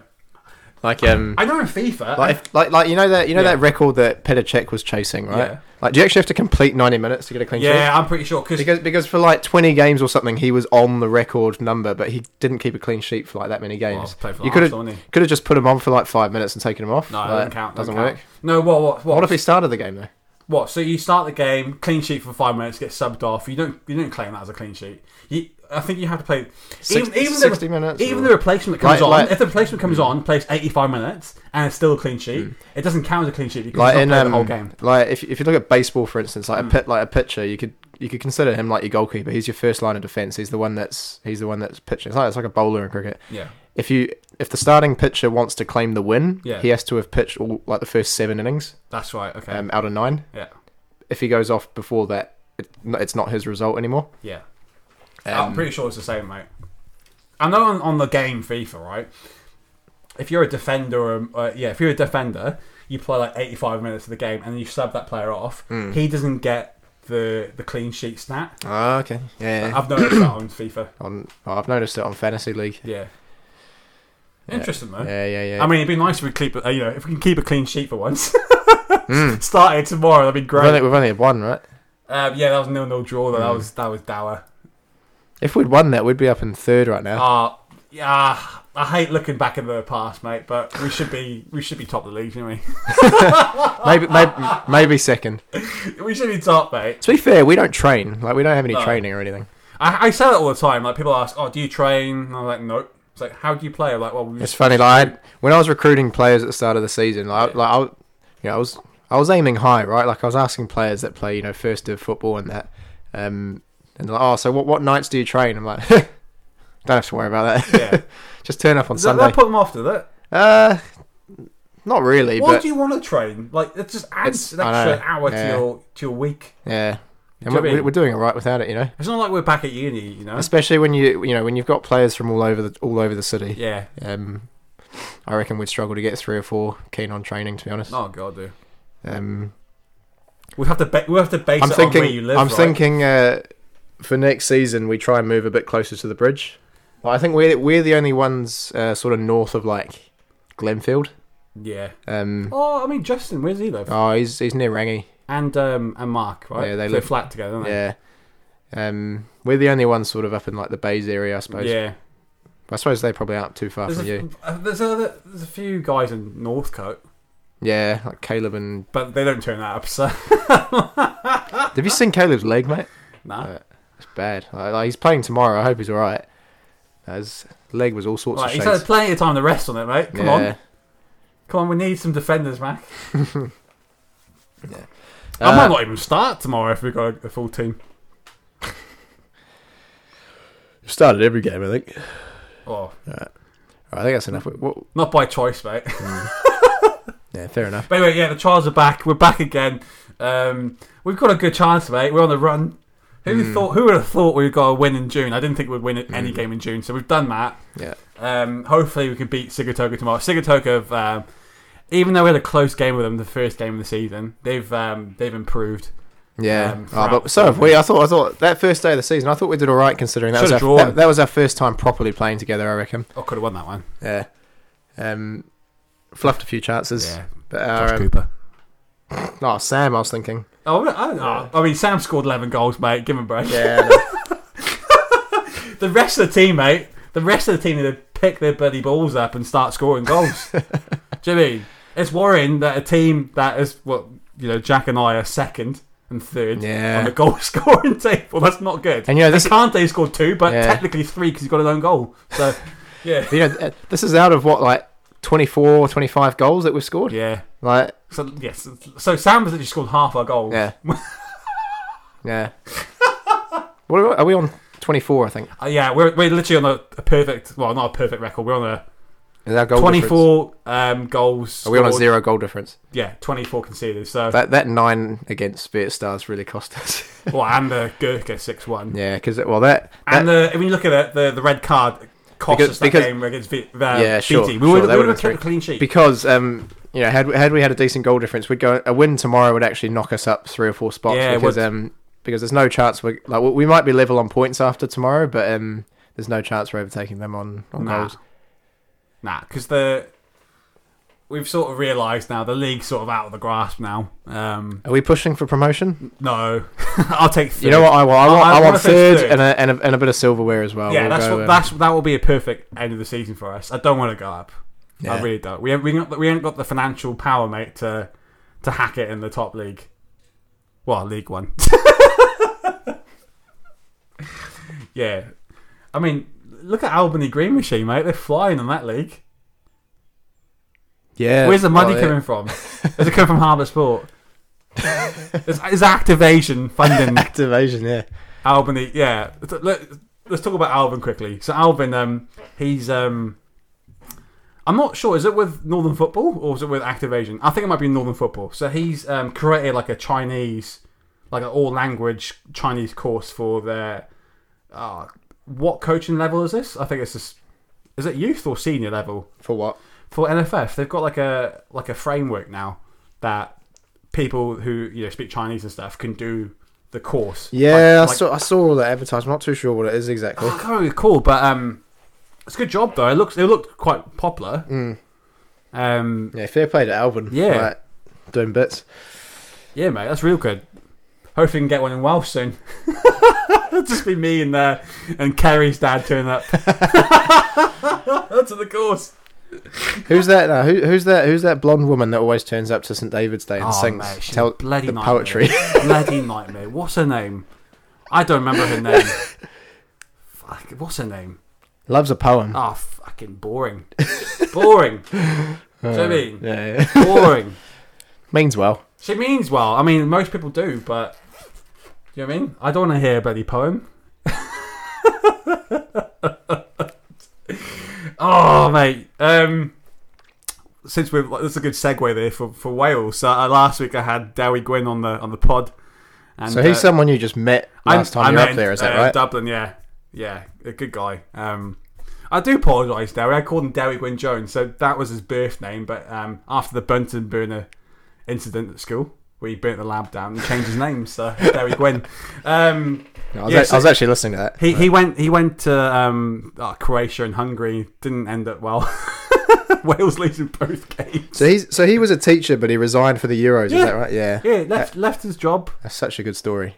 Speaker 1: like, um,
Speaker 2: I know in FIFA,
Speaker 1: like, if- like, like, you know that you know
Speaker 2: Yeah.
Speaker 1: that record that Petr Cech was chasing, right?
Speaker 2: Yeah.
Speaker 1: Like, do you actually have to complete ninety minutes to get a clean sheet?
Speaker 2: yeah, I'm pretty sure because
Speaker 1: Because because for like twenty games or something, he was on the record number, but he didn't keep a clean sheet for like that many
Speaker 2: Well,
Speaker 1: games.
Speaker 2: play for
Speaker 1: you could
Speaker 2: Arsenal,
Speaker 1: have
Speaker 2: didn't he?
Speaker 1: could have just put him on for like five minutes and taken him off.
Speaker 2: no, it
Speaker 1: Like,
Speaker 2: doesn't count.
Speaker 1: Doesn't
Speaker 2: count.
Speaker 1: work.
Speaker 2: No, what, what, what?
Speaker 1: What if he started the game though?
Speaker 2: What? So you start the game, clean sheet for five minutes, get subbed off. You don't you don't claim that as a clean sheet. You, I think you have to play
Speaker 1: Six- 60
Speaker 2: the,
Speaker 1: minutes
Speaker 2: Even
Speaker 1: or-
Speaker 2: the replacement that comes
Speaker 1: Like-
Speaker 2: on.
Speaker 1: like-
Speaker 2: if the replacement comes on, plays eighty five minutes and it's still a clean sheet, it doesn't count as a clean sheet because
Speaker 1: Hmm. like
Speaker 2: you
Speaker 1: in
Speaker 2: not played
Speaker 1: um,
Speaker 2: the whole game. Hmm.
Speaker 1: like if, if you look at baseball for instance like a pit like a pitcher you could you could consider him like your goalkeeper he's your first line of defense he's the one that's he's the one that's pitching it's like it's like a bowler in cricket
Speaker 2: Yeah.
Speaker 1: if you if the starting pitcher wants to claim the win
Speaker 2: Yeah.
Speaker 1: he has to have pitched all like the first seven innings
Speaker 2: That's right. Okay.
Speaker 1: um, out of nine
Speaker 2: yeah.
Speaker 1: if he goes off before that it, no- it's not his result anymore
Speaker 2: Yeah.
Speaker 1: Um,
Speaker 2: I'm pretty sure it's the same, mate. I know on, on the game FIFA, right? If you're a defender, um, uh, yeah, if you're a defender, you play like 85 minutes of the game and you sub that player off.
Speaker 1: Hmm.
Speaker 2: He doesn't get the the clean sheet stat.
Speaker 1: oh, okay yeah
Speaker 2: I've noticed that on FIFA.
Speaker 1: on, oh, I've noticed it on fantasy league
Speaker 2: Yeah. Interesting though.
Speaker 1: yeah yeah yeah
Speaker 2: I mean, it'd be nice if we keep, uh, you know, if we can keep a clean sheet for once.
Speaker 1: Hmm.
Speaker 2: Starting tomorrow, that'd be
Speaker 1: we've
Speaker 2: great.
Speaker 1: only, we've only had one right
Speaker 2: Um, yeah, that was nil nil draw though. That
Speaker 1: Hmm.
Speaker 2: was that was dour.
Speaker 1: if we'd won that we'd be up in third right now
Speaker 2: Uh, yeah, I hate looking back in the past, mate. But we should be we should be top of the league, shouldn't Ah,
Speaker 1: maybe maybe maybe second
Speaker 2: we? We should be top, mate.
Speaker 1: To be fair, we don't train. Like we don't have any
Speaker 2: No.
Speaker 1: training or anything.
Speaker 2: I, I say that all the time. Like people ask, "Oh, do you train?" And I'm like, "Nope." It's like, "How do you play?" I'm like, "Well, we
Speaker 1: It's
Speaker 2: just,
Speaker 1: funny. Like I, when I was recruiting players at the start of the season, like, I-
Speaker 2: Yeah.
Speaker 1: like I, you know, I was I was aiming high, right? Like I was asking players that play, you know, first div football and that, um, and they're like, oh, so what what nights do you train? I'm like, don't have to worry about that.
Speaker 2: yeah."
Speaker 1: Just turn up on
Speaker 2: Does that,
Speaker 1: Sunday.
Speaker 2: that put them off, did it?
Speaker 1: uh, not really,
Speaker 2: Why
Speaker 1: but
Speaker 2: do you want to train? Like, it just
Speaker 1: It's-
Speaker 2: adds an
Speaker 1: I
Speaker 2: extra
Speaker 1: know,
Speaker 2: hour to
Speaker 1: yeah.
Speaker 2: your to your week.
Speaker 1: yeah, and
Speaker 2: Do you know what I
Speaker 1: we're,
Speaker 2: mean?
Speaker 1: we're doing all right without it, you know.
Speaker 2: It's not like we're back at uni, you know.
Speaker 1: Especially when you you know when you've got players from all over the all over the city.
Speaker 2: Yeah.
Speaker 1: Um, I reckon we'd struggle to get three or four keen on training, to be honest.
Speaker 2: Oh god, dude.
Speaker 1: Um,
Speaker 2: We have to ba- we have to base
Speaker 1: I'm
Speaker 2: it on where
Speaker 1: thinking.
Speaker 2: you live.
Speaker 1: I'm
Speaker 2: right?
Speaker 1: thinking uh, for next season we try and move a bit closer to the bridge. Well, I think we're we're the only ones uh, sort of north of like Glenfield.
Speaker 2: Yeah.
Speaker 1: Um,
Speaker 2: Oh, I mean, Justin, where's he live?
Speaker 1: oh, he's he's near Rangi.
Speaker 2: And um and Mark, right?
Speaker 1: Yeah, they
Speaker 2: They're
Speaker 1: live-
Speaker 2: flat together, don't they?
Speaker 1: Yeah. Um, we're the only ones sort of up in like the Bays area, I suppose.
Speaker 2: Yeah.
Speaker 1: I suppose they probably aren't too far
Speaker 2: There's
Speaker 1: from
Speaker 2: a,
Speaker 1: you.
Speaker 2: uh, there's, a, there's a few guys in Northcote,
Speaker 1: Yeah, like Caleb and.
Speaker 2: but they don't turn that up, so.
Speaker 1: Have you seen Caleb's leg, mate?
Speaker 2: nah.
Speaker 1: Uh, It's bad. Like, like, he's playing tomorrow. I hope he's all right. His leg was all sorts
Speaker 2: Right,
Speaker 1: of
Speaker 2: he's
Speaker 1: shapes.
Speaker 2: had plenty of time to rest on it, mate. Come
Speaker 1: Yeah.
Speaker 2: on. Come on, we need some defenders, Mac.
Speaker 1: Uh,
Speaker 2: I might not even start tomorrow if we've got a, a full team.
Speaker 1: Started every game, I think.
Speaker 2: Oh,
Speaker 1: I think that's enough. What,
Speaker 2: not by choice, mate.
Speaker 1: yeah, fair enough.
Speaker 2: but anyway, yeah, the trials are back. We're back again. Um, we've got a good chance, mate. We're on the run. Who
Speaker 1: Hmm.
Speaker 2: thought? Who would have thought we'd got a win in June? I didn't think we'd win any game in June, so we've done that.
Speaker 1: Yeah.
Speaker 2: Um, hopefully, we can beat Sigatoka tomorrow. Sigatoka, have, um, even though we had a close game with them the first game of the season, they've um, they've improved.
Speaker 1: Yeah.
Speaker 2: Um,
Speaker 1: oh,
Speaker 2: throughout
Speaker 1: but so
Speaker 2: the
Speaker 1: have we. I thought I thought that first day of the season, I thought we did all right considering that was, our,
Speaker 2: Should've drawn.
Speaker 1: that, that was our first time properly playing together, I reckon.
Speaker 2: I could have won that one.
Speaker 1: Yeah. Um, fluffed a few chances.
Speaker 2: Yeah.
Speaker 1: But
Speaker 2: Josh
Speaker 1: our, um,
Speaker 2: Cooper.
Speaker 1: oh, Sam, I was thinking.
Speaker 2: Oh, I, don't know. I mean, Sam scored eleven goals, mate. Give him a break.
Speaker 1: Yeah.
Speaker 2: The rest of the team, mate. The rest of the team need to pick their bloody balls up and start scoring goals. Do you mean? It's worrying that a team that is what you know, Jack and I are second and third
Speaker 1: Yeah.
Speaker 2: on the goal scoring table. That's not good.
Speaker 1: And, you know, this-
Speaker 2: Kante scored two, but
Speaker 1: Yeah.
Speaker 2: technically three because he got his own goal. So yeah,
Speaker 1: You know, th- this is out of what like 24, 25 goals that we've scored.
Speaker 2: yeah.
Speaker 1: Like,
Speaker 2: So yes, so Sam has actually scored half our goals.
Speaker 1: yeah, yeah. What are we, are we on? Twenty four, I think.
Speaker 2: Uh, yeah. We're we're literally on a, a perfect, well, not a perfect record. We're on a
Speaker 1: Is our goal
Speaker 2: twenty
Speaker 1: difference-
Speaker 2: four um, goals.
Speaker 1: Are we on a
Speaker 2: scored.
Speaker 1: zero goal difference?
Speaker 2: Yeah, twenty four conceded. So
Speaker 1: That that nine against Spirit Stars really cost us.
Speaker 2: well, and the Gurkha six one.
Speaker 1: yeah, because well that, that
Speaker 2: And the, when you look at it, the, the red card cost
Speaker 1: Because-
Speaker 2: us that
Speaker 1: because-
Speaker 2: game against v, uh,
Speaker 1: Yeah, sure,
Speaker 2: BT. We
Speaker 1: sure,
Speaker 2: would
Speaker 1: that
Speaker 2: we would
Speaker 1: would've
Speaker 2: have
Speaker 1: been
Speaker 2: kept a clean sheet.
Speaker 1: because um you know had we- had we had a decent goal difference we'd go a win tomorrow would actually knock us up three or four spots
Speaker 2: Yeah, it
Speaker 1: because
Speaker 2: would.
Speaker 1: um because there's no chance we like we- we might be level on points after tomorrow but um there's no chance we're overtaking them on on
Speaker 2: Nah.
Speaker 1: goals
Speaker 2: Nah, because the we've sort of realised now the league's sort of out of the grasp now. Um,
Speaker 1: are we pushing for promotion
Speaker 2: no, I'll take. Third.
Speaker 1: you know what I want I want,
Speaker 2: Oh, I- I
Speaker 1: I
Speaker 2: wanna
Speaker 1: want
Speaker 2: say
Speaker 1: third,
Speaker 2: third.
Speaker 1: And, a, and a and a bit of silverware as well
Speaker 2: Yeah,
Speaker 1: We'll
Speaker 2: that's
Speaker 1: go,
Speaker 2: what,
Speaker 1: um,
Speaker 2: that's that will be a perfect end of the season for us. I don't want to go up. I
Speaker 1: Yeah.
Speaker 2: really don't. We haven't, we haven't got the- we haven't got the financial power, mate, to to hack it in the top league. Well, League One. yeah, I mean, look at Albany Green Machine, mate. They're flying in that league.
Speaker 1: yeah
Speaker 2: Where's the money
Speaker 1: well, yeah.
Speaker 2: coming from? Does it come from Harbour Sport? it's, it's activation funding
Speaker 1: activation yeah
Speaker 2: Albany, yeah. Th- Let, let's talk about Alvin quickly. So Alvin, um, he's um, I'm not sure. Is it with Northern Football or is it with Activation? I think it might be Northern Football. So he's um, created like a Chinese, like an all language Chinese course for their. Uh, what coaching level is this? I think it's just. Is it youth or senior level?
Speaker 1: for what
Speaker 2: for NFF, they've got like a like a framework now that people who you know speak Chinese and stuff can do the course.
Speaker 1: yeah
Speaker 2: Like-
Speaker 1: I
Speaker 2: like-
Speaker 1: saw I saw all that advertisement I'm not too sure what it is exactly
Speaker 2: I can't remember what it's called, but um, it's a good job though. It looks it looked quite popular. Um,
Speaker 1: yeah fair play to Alvin
Speaker 2: Yeah.
Speaker 1: like, doing bits
Speaker 2: yeah, mate, that's real good. Hopefully, we can get one in Welsh soon. It'll just be me and uh, and Kerry's dad turning up. That's the course.
Speaker 1: Who's that? Now? Who, who's that? Who's that blonde woman that always turns up to St David's Day and
Speaker 2: Oh,
Speaker 1: sings
Speaker 2: mate, she's
Speaker 1: tell,
Speaker 2: a bloody
Speaker 1: the
Speaker 2: nightmare.
Speaker 1: poetry?
Speaker 2: bloody nightmare. What's her name? I don't remember her name. Fuck, what's her name?
Speaker 1: Loves a poem.
Speaker 2: Ah, fucking boring. boring. Do you know
Speaker 1: Uh,
Speaker 2: what I mean?
Speaker 1: Yeah, yeah.
Speaker 2: Boring.
Speaker 1: means well.
Speaker 2: She means well. I mean, most people do, but. Do you know what I mean? I don't want to hear a bloody poem. oh, mate. Um, since we're. This is a good segue there for, for Wales. So, uh, last week I had Dowie Gwynn on the on the pod. And,
Speaker 1: So he's
Speaker 2: uh,
Speaker 1: someone you just met last time you're
Speaker 2: met
Speaker 1: up there, is that
Speaker 2: in, uh,
Speaker 1: right?
Speaker 2: Dublin, yeah, yeah, a good guy. Um, I do apologise, Derry. I called him Derry Gwyn Jones, so that was his birth name. But um, after the Bunton burner incident at school, where he burnt the lab down, he changed his name, so Derry Gwyn. Um,
Speaker 1: I, was
Speaker 2: yeah,
Speaker 1: a-
Speaker 2: so-
Speaker 1: I was actually listening to that.
Speaker 2: he he went he went to um, oh, Croatia and Hungary. Didn't end up well. Wales losing both games.
Speaker 1: So he's so he was a teacher, but he resigned for the Euros.
Speaker 2: Yeah.
Speaker 1: Is that right? Yeah.
Speaker 2: Yeah, left left his job.
Speaker 1: That's such a good story.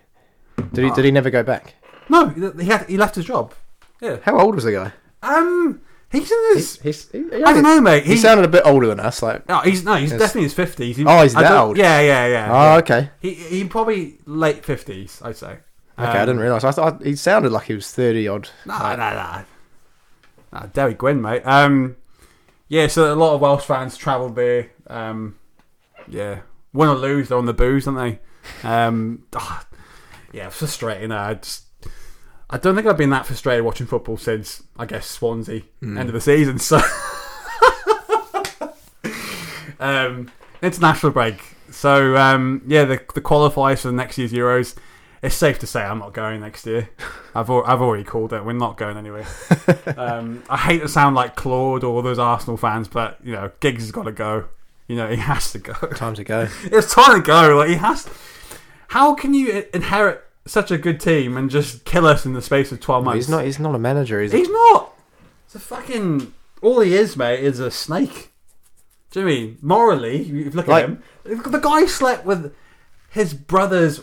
Speaker 1: Did he? Did he never go back?
Speaker 2: No, he had, he left his job. Yeah.
Speaker 1: How old was the guy?
Speaker 2: Um, he's in his.
Speaker 1: He's, he,
Speaker 2: I don't know, mate.
Speaker 1: He, sounded a bit older than us. Like, oh,
Speaker 2: No, he's no, he's
Speaker 1: Yes.
Speaker 2: definitely in his fifties.
Speaker 1: Oh, he's
Speaker 2: I
Speaker 1: that
Speaker 2: don't-
Speaker 1: old?
Speaker 2: Yeah, yeah, yeah.
Speaker 1: oh,
Speaker 2: yeah.
Speaker 1: okay,
Speaker 2: He he probably late fifties, I'd say.
Speaker 1: okay.
Speaker 2: Um,
Speaker 1: I didn't realize. I thought he sounded like he was thirty odd.
Speaker 2: Nah, nah, nah. Nah, Derry Gwyn, mate. Um, yeah. So a lot of Welsh fans travelled there. Um, yeah, win or lose, they're on the booze, aren't they? Um, ah, yeah, frustrating. I just. I don't think I've been that frustrated watching football since I guess Swansea end of the season. So um, international break. So um, yeah, the, the qualifiers for the next year's Euros. It's safe to say I'm not going next year. I've al- I've already called it. We're not going anywhere. um, I hate to sound like Claude or those Arsenal fans, but you know, Giggs has got to go. You know, he has to go.
Speaker 1: Time to go.
Speaker 2: it's time to go. Like he has. How can you i- inherit such a good team and just kill us in the space of twelve months?
Speaker 1: He's not. He's not a manager. Is he?
Speaker 2: He's not. It's a fucking. All he is, mate, is a snake. Do you know what I mean morally? You you look
Speaker 1: Like-
Speaker 2: at him. The guy slept with his brother's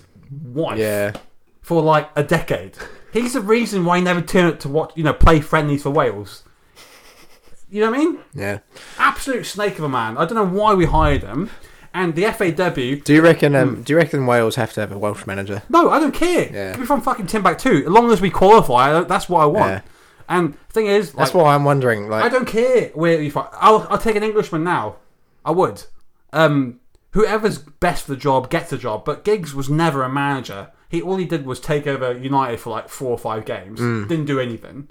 Speaker 2: wife
Speaker 1: Yeah.
Speaker 2: for like a decade. He's the reason why he never turned up to watch, you know, play friendlies for Wales. You know what I mean?
Speaker 1: Yeah.
Speaker 2: Absolute snake of a man. I don't know why we hired him. and the FAW.
Speaker 1: Do you reckon?
Speaker 2: Hmm.
Speaker 1: Um, Do you reckon Wales have to have a Welsh manager?
Speaker 2: No, I don't care.
Speaker 1: Yeah.
Speaker 2: We're from fucking Timbuktu. As long as we qualify, I don't- that's what I want.
Speaker 1: Yeah.
Speaker 2: And the thing is, like,
Speaker 1: That's what I'm wondering. Like,
Speaker 2: I don't care where you find. I'll, I'll take an Englishman now. I would. Um, whoever's best for the job gets the job. But Giggs was never a manager. He all he did was take over United for like four or five games. Didn't do anything.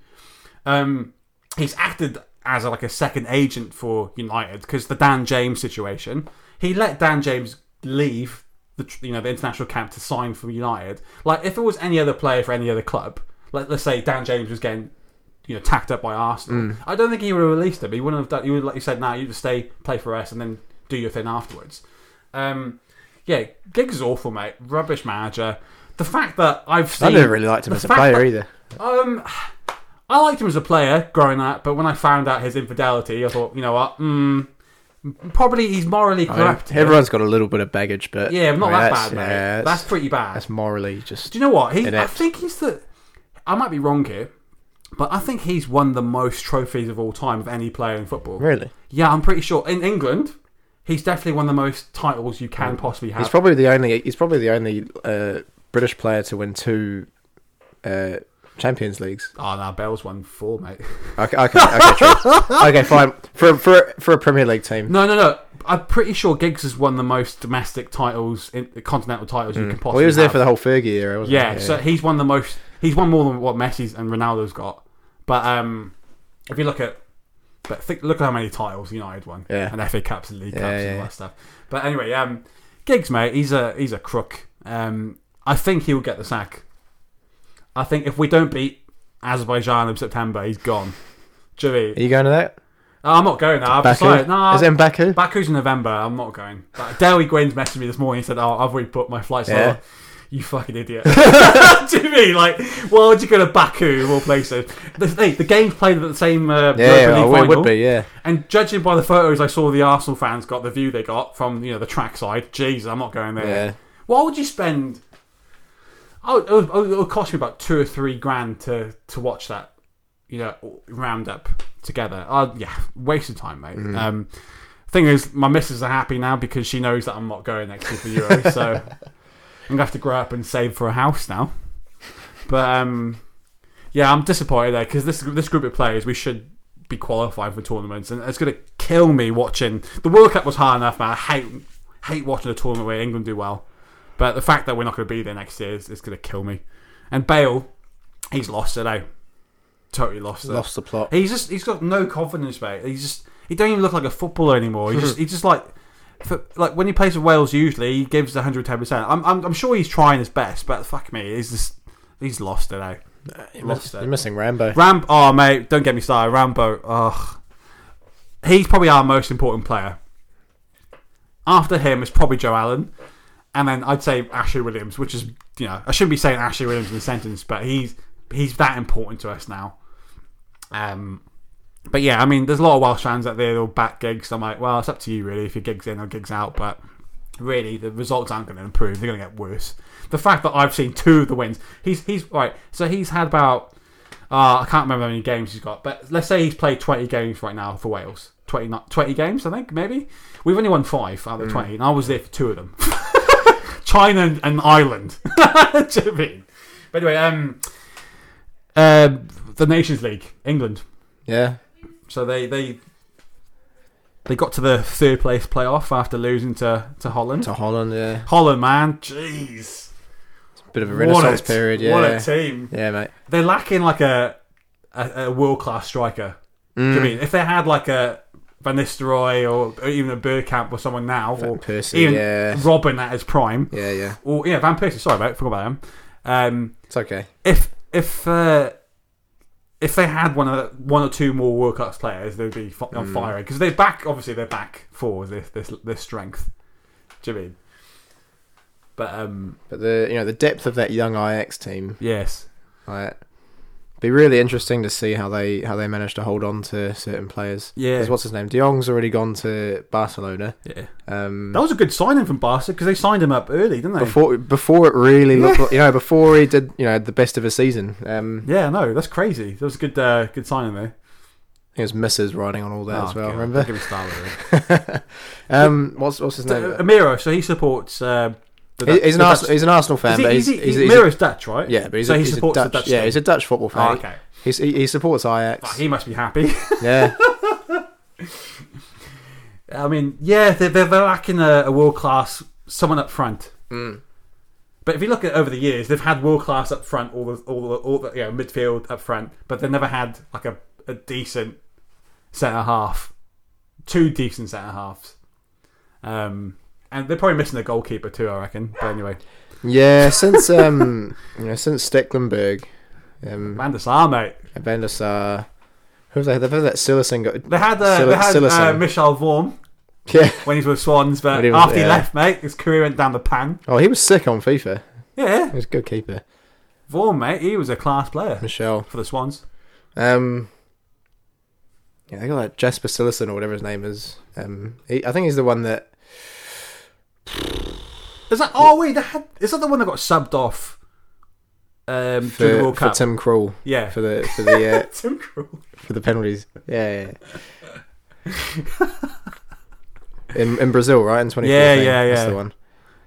Speaker 2: Um, he's acted as like a second agent for United because the Dan James situation. He let Dan James leave the tr- you know the international camp to sign for United. Like if it was any other player for any other club, like let's say Dan James was getting you know tacked up by
Speaker 1: Mm.
Speaker 2: Arsenal, I don't think he would have released him. He wouldn't have done. He would have, like you said, now you just stay, play for us, and then do your thing afterwards. Um, yeah, Giggs is awful, mate. Rubbish manager. The fact that I've seen
Speaker 1: I never really liked him
Speaker 2: the
Speaker 1: as a
Speaker 2: fact
Speaker 1: player
Speaker 2: that-
Speaker 1: either.
Speaker 2: um, I liked him as a player growing up, but when I found out his infidelity, I thought, you know what? Mm, probably he's morally
Speaker 1: I mean,
Speaker 2: corrupt. here.
Speaker 1: everyone's got a little bit of baggage, but
Speaker 2: yeah,
Speaker 1: I mean,
Speaker 2: not that
Speaker 1: that's-
Speaker 2: bad, mate.
Speaker 1: yeah,
Speaker 2: that's
Speaker 1: that's
Speaker 2: pretty bad.
Speaker 1: that's morally just.
Speaker 2: Do you know what? He, I
Speaker 1: Inept.
Speaker 2: think he's the. I might be wrong here, but I think he's won the most trophies of all time of any player in football.
Speaker 1: Really,
Speaker 2: Yeah, I'm pretty sure in England, he's definitely won the most titles you can possibly have.
Speaker 1: Mm. he's probably the only. He's probably the only uh, British player to win two uh, Champions Leagues.
Speaker 2: oh no, Bell's won four, mate.
Speaker 1: Okay, okay, okay, true. okay, fine. For for for a Premier League team,
Speaker 2: No, no, no. I'm pretty sure Giggs has won the most domestic titles, in, continental titles you can possibly.
Speaker 1: Mm. well, he was there
Speaker 2: have.
Speaker 1: for the whole Fergie era, wasn't
Speaker 2: Yeah,
Speaker 1: he?
Speaker 2: so he's won the most. He's won more than what Messi's and Ronaldo's got. But um, if you look at, but think, look at how many titles United won,
Speaker 1: Yeah.
Speaker 2: and FA Cups and League
Speaker 1: Yeah,
Speaker 2: Cups and
Speaker 1: yeah.
Speaker 2: all that stuff. But anyway, um, Giggs, mate, he's a he's a crook. Um, I think he'll get the sack. I think if we don't beat Azerbaijan in September, he's gone. Do you
Speaker 1: Are you going to that?
Speaker 2: I'm not going now. I'm just
Speaker 1: Baku?
Speaker 2: like, nah,
Speaker 1: Is it in Baku?
Speaker 2: Baku's in November. I'm not going. But Dairy Gwen's messaged me this morning. He said, "Oh, I've already booked my flights."
Speaker 1: Yeah.
Speaker 2: Yeah. You fucking idiot. Do you mean like why would you go to Baku of all places? The, hey, the game's played at the same uh,
Speaker 1: yeah,
Speaker 2: Europa
Speaker 1: yeah
Speaker 2: League
Speaker 1: well, it
Speaker 2: final.
Speaker 1: would be. Yeah,
Speaker 2: And judging by the photos I saw, the Arsenal fans got the view they got from you know the trackside. Jeez, I'm not going there.
Speaker 1: Yeah.
Speaker 2: Why would you spend? Oh, it would- it would cost me about two or three grand to to watch that. You know, round up together. Uh, yeah, waste of time, mate.
Speaker 1: Mm-hmm.
Speaker 2: Um, thing is, my missus are happy now because she knows that I'm not going next year for Euro, so I'm gonna have to grow up and save for a house now. But um, yeah, I'm disappointed there because this this group of players we should be qualifying for tournaments, and it's gonna kill me watching. The World Cup was hard enough, man. I hate hate watching a tournament where England do well, but the fact that we're not gonna be there next year is, is gonna kill me. And Bale, he's lost today. Totally lost. it.
Speaker 1: lost the plot.
Speaker 2: He's just he's got no confidence, mate. He's just he don't even look like a footballer anymore. He just he just like for, like when he plays for Wales, usually he gives one hundred ten percent. I'm I'm I'm sure he's trying his best, but fuck me, he's just he's lost today. Lost
Speaker 1: You're
Speaker 2: it.
Speaker 1: missing Rambo.
Speaker 2: Ram, oh mate, don't get me started. Rambo, ugh. He's probably our most important player. After him is probably Joe Allen, and then I'd say Ashley Williams, which is you know I shouldn't be saying Ashley Williams in a sentence, but he's he's that important to us now. Um, but yeah, I mean, there's a lot of Welsh fans out there that'll back gigs. I'm like, well, it's up to you really if your gigs in or gigs out, but really the results aren't going to improve. They're going to get worse. The fact that I've seen two of the wins, he's he's right. So he's had about uh, I can't remember how many games he's got, but let's say he's played 20 games right now for Wales. 20, not- 20 games, I think, maybe. We've only won five
Speaker 1: Mm.
Speaker 2: out of the 20, and I was there for two of them China and, and Ireland. Do you know what I mean? But anyway, um, uh, the Nations League, England.
Speaker 1: Yeah,
Speaker 2: So they, they they got to the third place playoff after losing to, to Holland.
Speaker 1: to Holland. Yeah,
Speaker 2: Holland, man. Jeez.
Speaker 1: bit of a
Speaker 2: What
Speaker 1: renaissance
Speaker 2: a,
Speaker 1: period. Yeah,
Speaker 2: What a team.
Speaker 1: yeah, mate.
Speaker 2: they're lacking like a a, a world class striker. Do you know what I mean if they had like a Van Nistelrooy or even a Burkamp or someone now, or
Speaker 1: Persie,
Speaker 2: even
Speaker 1: yeah.
Speaker 2: Robin at his prime,
Speaker 1: Yeah, yeah,
Speaker 2: or yeah, Van Persie. Sorry, mate, forgot about him. Um,
Speaker 1: it's okay.
Speaker 2: if if uh, if they had one of the, one or two more world class players, they'd be f- on fire because they're back. Obviously, they're back for this this this strength. Do you know what I mean? But um,
Speaker 1: But the you know the depth of that young IX team,
Speaker 2: yes,
Speaker 1: like, be really interesting to see how they how they manage to hold on to certain players.
Speaker 2: Yeah.
Speaker 1: 'Cause what's his name? De Jong's already gone to Barcelona.
Speaker 2: yeah,
Speaker 1: Um,
Speaker 2: that was a good signing from Barca because they signed him up early, didn't they?
Speaker 1: before before it really looked like, you know before he did you know the best of his season um
Speaker 2: Yeah, no, that's crazy. That was a good, uh, good signing there.
Speaker 1: think it was Mrs. riding on all that
Speaker 2: Oh,
Speaker 1: as well.
Speaker 2: God,
Speaker 1: Remember?
Speaker 2: Give me Star Wars.
Speaker 1: Um, what's what's his name?
Speaker 2: Uh, Amiro, so he supports. Uh, the
Speaker 1: He- he's an
Speaker 2: the
Speaker 1: Arsenal, he's an Arsenal fan,
Speaker 2: Is he,
Speaker 1: but
Speaker 2: is
Speaker 1: he's,
Speaker 2: he,
Speaker 1: he's, he's a-
Speaker 2: Miro's Dutch, right?
Speaker 1: yeah, but he's,
Speaker 2: so
Speaker 1: a,
Speaker 2: he
Speaker 1: he's a
Speaker 2: supports
Speaker 1: Dutch,
Speaker 2: the Dutch.
Speaker 1: yeah,
Speaker 2: team.
Speaker 1: he's a Dutch football fan.
Speaker 2: Oh, okay.
Speaker 1: He's, he, he supports Ajax.
Speaker 2: Oh, he must be happy.
Speaker 1: yeah,
Speaker 2: I mean, yeah, they're, they're they're lacking a, a world class someone up front.
Speaker 1: Mm.
Speaker 2: But if you look at over the years, they've had world class up front, all the all the, all the you know, midfield up front, but they've never had like a, a decent centre half, two decent centre halves. Um, and they're probably missing a goalkeeper too, I reckon. But anyway,
Speaker 1: yeah. Since um, you know, since Stecklenburg, um,
Speaker 2: Van der Sar, mate.
Speaker 1: Van der Sar, uh, who was that? They've had that Silicon
Speaker 2: They
Speaker 1: guy.
Speaker 2: had uh,
Speaker 1: Sil-
Speaker 2: they had uh,
Speaker 1: Sillerson.
Speaker 2: Michel Vorm
Speaker 1: Yeah.
Speaker 2: when he was with Swans, but
Speaker 1: When he was-
Speaker 2: after he
Speaker 1: yeah.
Speaker 2: left, mate, his career went down the pan.
Speaker 1: Oh, he was sick on FIFA.
Speaker 2: Yeah,
Speaker 1: He was a good keeper,
Speaker 2: Vorm, mate, he was a class player
Speaker 1: Michelle.
Speaker 2: for the Swans.
Speaker 1: Um, yeah, they got that Jasper Silicon or whatever his name is. Um, he, I think he's the one that.
Speaker 2: Is that? Oh wait, that had, is that the one that got subbed off? Um, during the
Speaker 1: for,
Speaker 2: World
Speaker 1: for
Speaker 2: Cup.
Speaker 1: Tim Krul
Speaker 2: yeah,
Speaker 1: for the for the uh,
Speaker 2: Tim Krul.
Speaker 1: for the penalties. Yeah, yeah. yeah. in in Brazil, right? In twenty.
Speaker 2: Yeah, yeah,
Speaker 1: That's
Speaker 2: yeah.
Speaker 1: the one.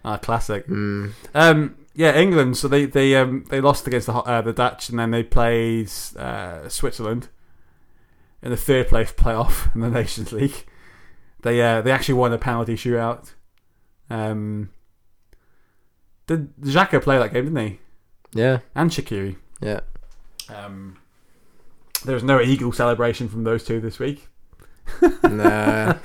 Speaker 2: Ah, classic.
Speaker 1: Mm.
Speaker 2: Um, yeah, England. So they they um they lost against the Ho- uh, the Dutch, and then they played uh, Switzerland in the third place playoff in the Nations League. They uh they actually won a penalty shootout. Um, did Xhaka play that game? Didn't he?
Speaker 1: Yeah,
Speaker 2: And Shakiri.
Speaker 1: yeah.
Speaker 2: Um, there was no eagle celebration from those two this week.
Speaker 1: Nah.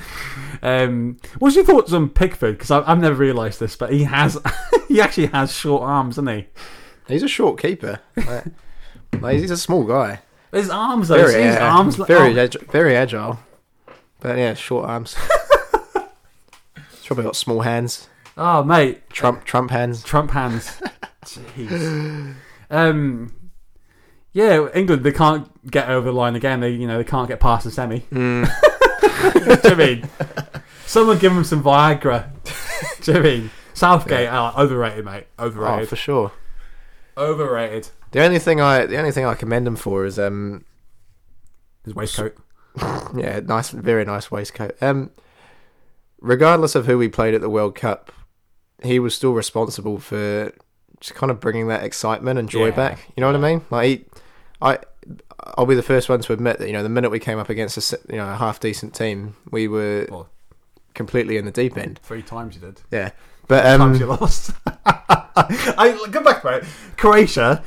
Speaker 2: Um, what's your thoughts on Pickford? Because I've never realised this, but he has, he actually has short arms, doesn't he?
Speaker 1: he's a short keeper. Like, like, he's a small guy.
Speaker 2: His arms, though,
Speaker 1: Very,
Speaker 2: see his
Speaker 1: uh,
Speaker 2: arms, like,
Speaker 1: very,
Speaker 2: oh,
Speaker 1: agi- very agile. But yeah, short arms. he's probably got small hands.
Speaker 2: oh, mate,
Speaker 1: Trump, Trump hands.
Speaker 2: Trump hands. Jeez. Um, yeah, England they can't get over the line again. They, you know, they can't get past the semi. Do you mean? Someone give him some Viagra. Do you mean? Southgate, ah, overrated, mate.
Speaker 1: Oh,
Speaker 2: Overrated.
Speaker 1: for sure.
Speaker 2: Oh, Overrated.
Speaker 1: The only thing I, the only thing I commend him for is, um,
Speaker 2: His waistcoat.
Speaker 1: yeah, nice, very nice waistcoat. Um, regardless of who we played at the World Cup, he was still responsible for just kind of bringing that excitement and joy
Speaker 2: Yeah.
Speaker 1: back. You know what I mean? Like, he, I, I'll be the first one to admit that you know the minute we came up against a s- you know a half decent team, we were
Speaker 2: Well-
Speaker 1: completely in the deep end.
Speaker 2: Three times you did.
Speaker 1: Yeah, but
Speaker 2: times you
Speaker 1: um,
Speaker 2: lost. I go back to it. Croatia.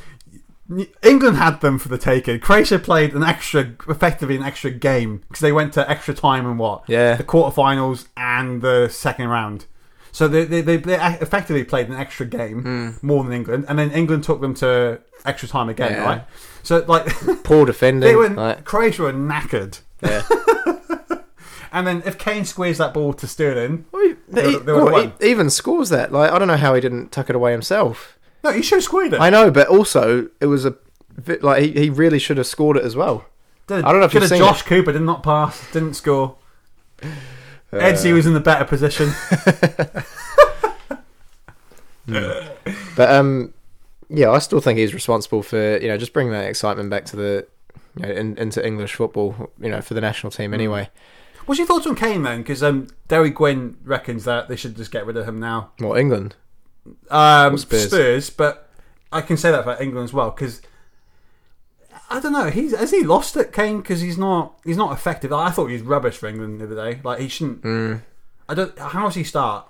Speaker 2: England had them for the taking. Croatia played an extra, effectively an extra game because they went to extra time and what?
Speaker 1: Yeah.
Speaker 2: the quarterfinals and the second round. So they they, they, they effectively played an extra game more than England, and then England took them to extra time again,
Speaker 1: Hmm. Yeah.
Speaker 2: right? So like
Speaker 1: poor defending.
Speaker 2: they were
Speaker 1: like,
Speaker 2: Croatia were knackered,
Speaker 1: yeah.
Speaker 2: and then if Kane squeezed that ball to Sterling,
Speaker 1: Well, he-
Speaker 2: They
Speaker 1: he-
Speaker 2: were- they were
Speaker 1: well, he
Speaker 2: one.
Speaker 1: even scores that. Like I don't know how he didn't tuck it away himself.
Speaker 2: no, he should have squared it.
Speaker 1: I know, but also it was a bit like he, he really should have scored it as well.
Speaker 2: Did,
Speaker 1: I don't know if
Speaker 2: did
Speaker 1: you've
Speaker 2: a
Speaker 1: seen Uh,
Speaker 2: Josh Cooper did not pass, didn't score. Edsy was in the better position.
Speaker 1: But um, yeah, I still think he's responsible for you know just bringing that excitement back to the you know, in, into English football. You know, for the national team
Speaker 2: Mm.
Speaker 1: anyway.
Speaker 2: What's your thoughts on Kane then? Because um, Derry Gwynn reckons that they should just get rid of him now.
Speaker 1: Well, England.
Speaker 2: Um, Spurs.
Speaker 1: Spurs.
Speaker 2: but I can say that for England as well because I don't know. He's has he lost it, Kane? Because he's not he's not effective. I thought he was rubbish for England the other day. Like he shouldn't.
Speaker 1: Mm.
Speaker 2: I don't. How does he start?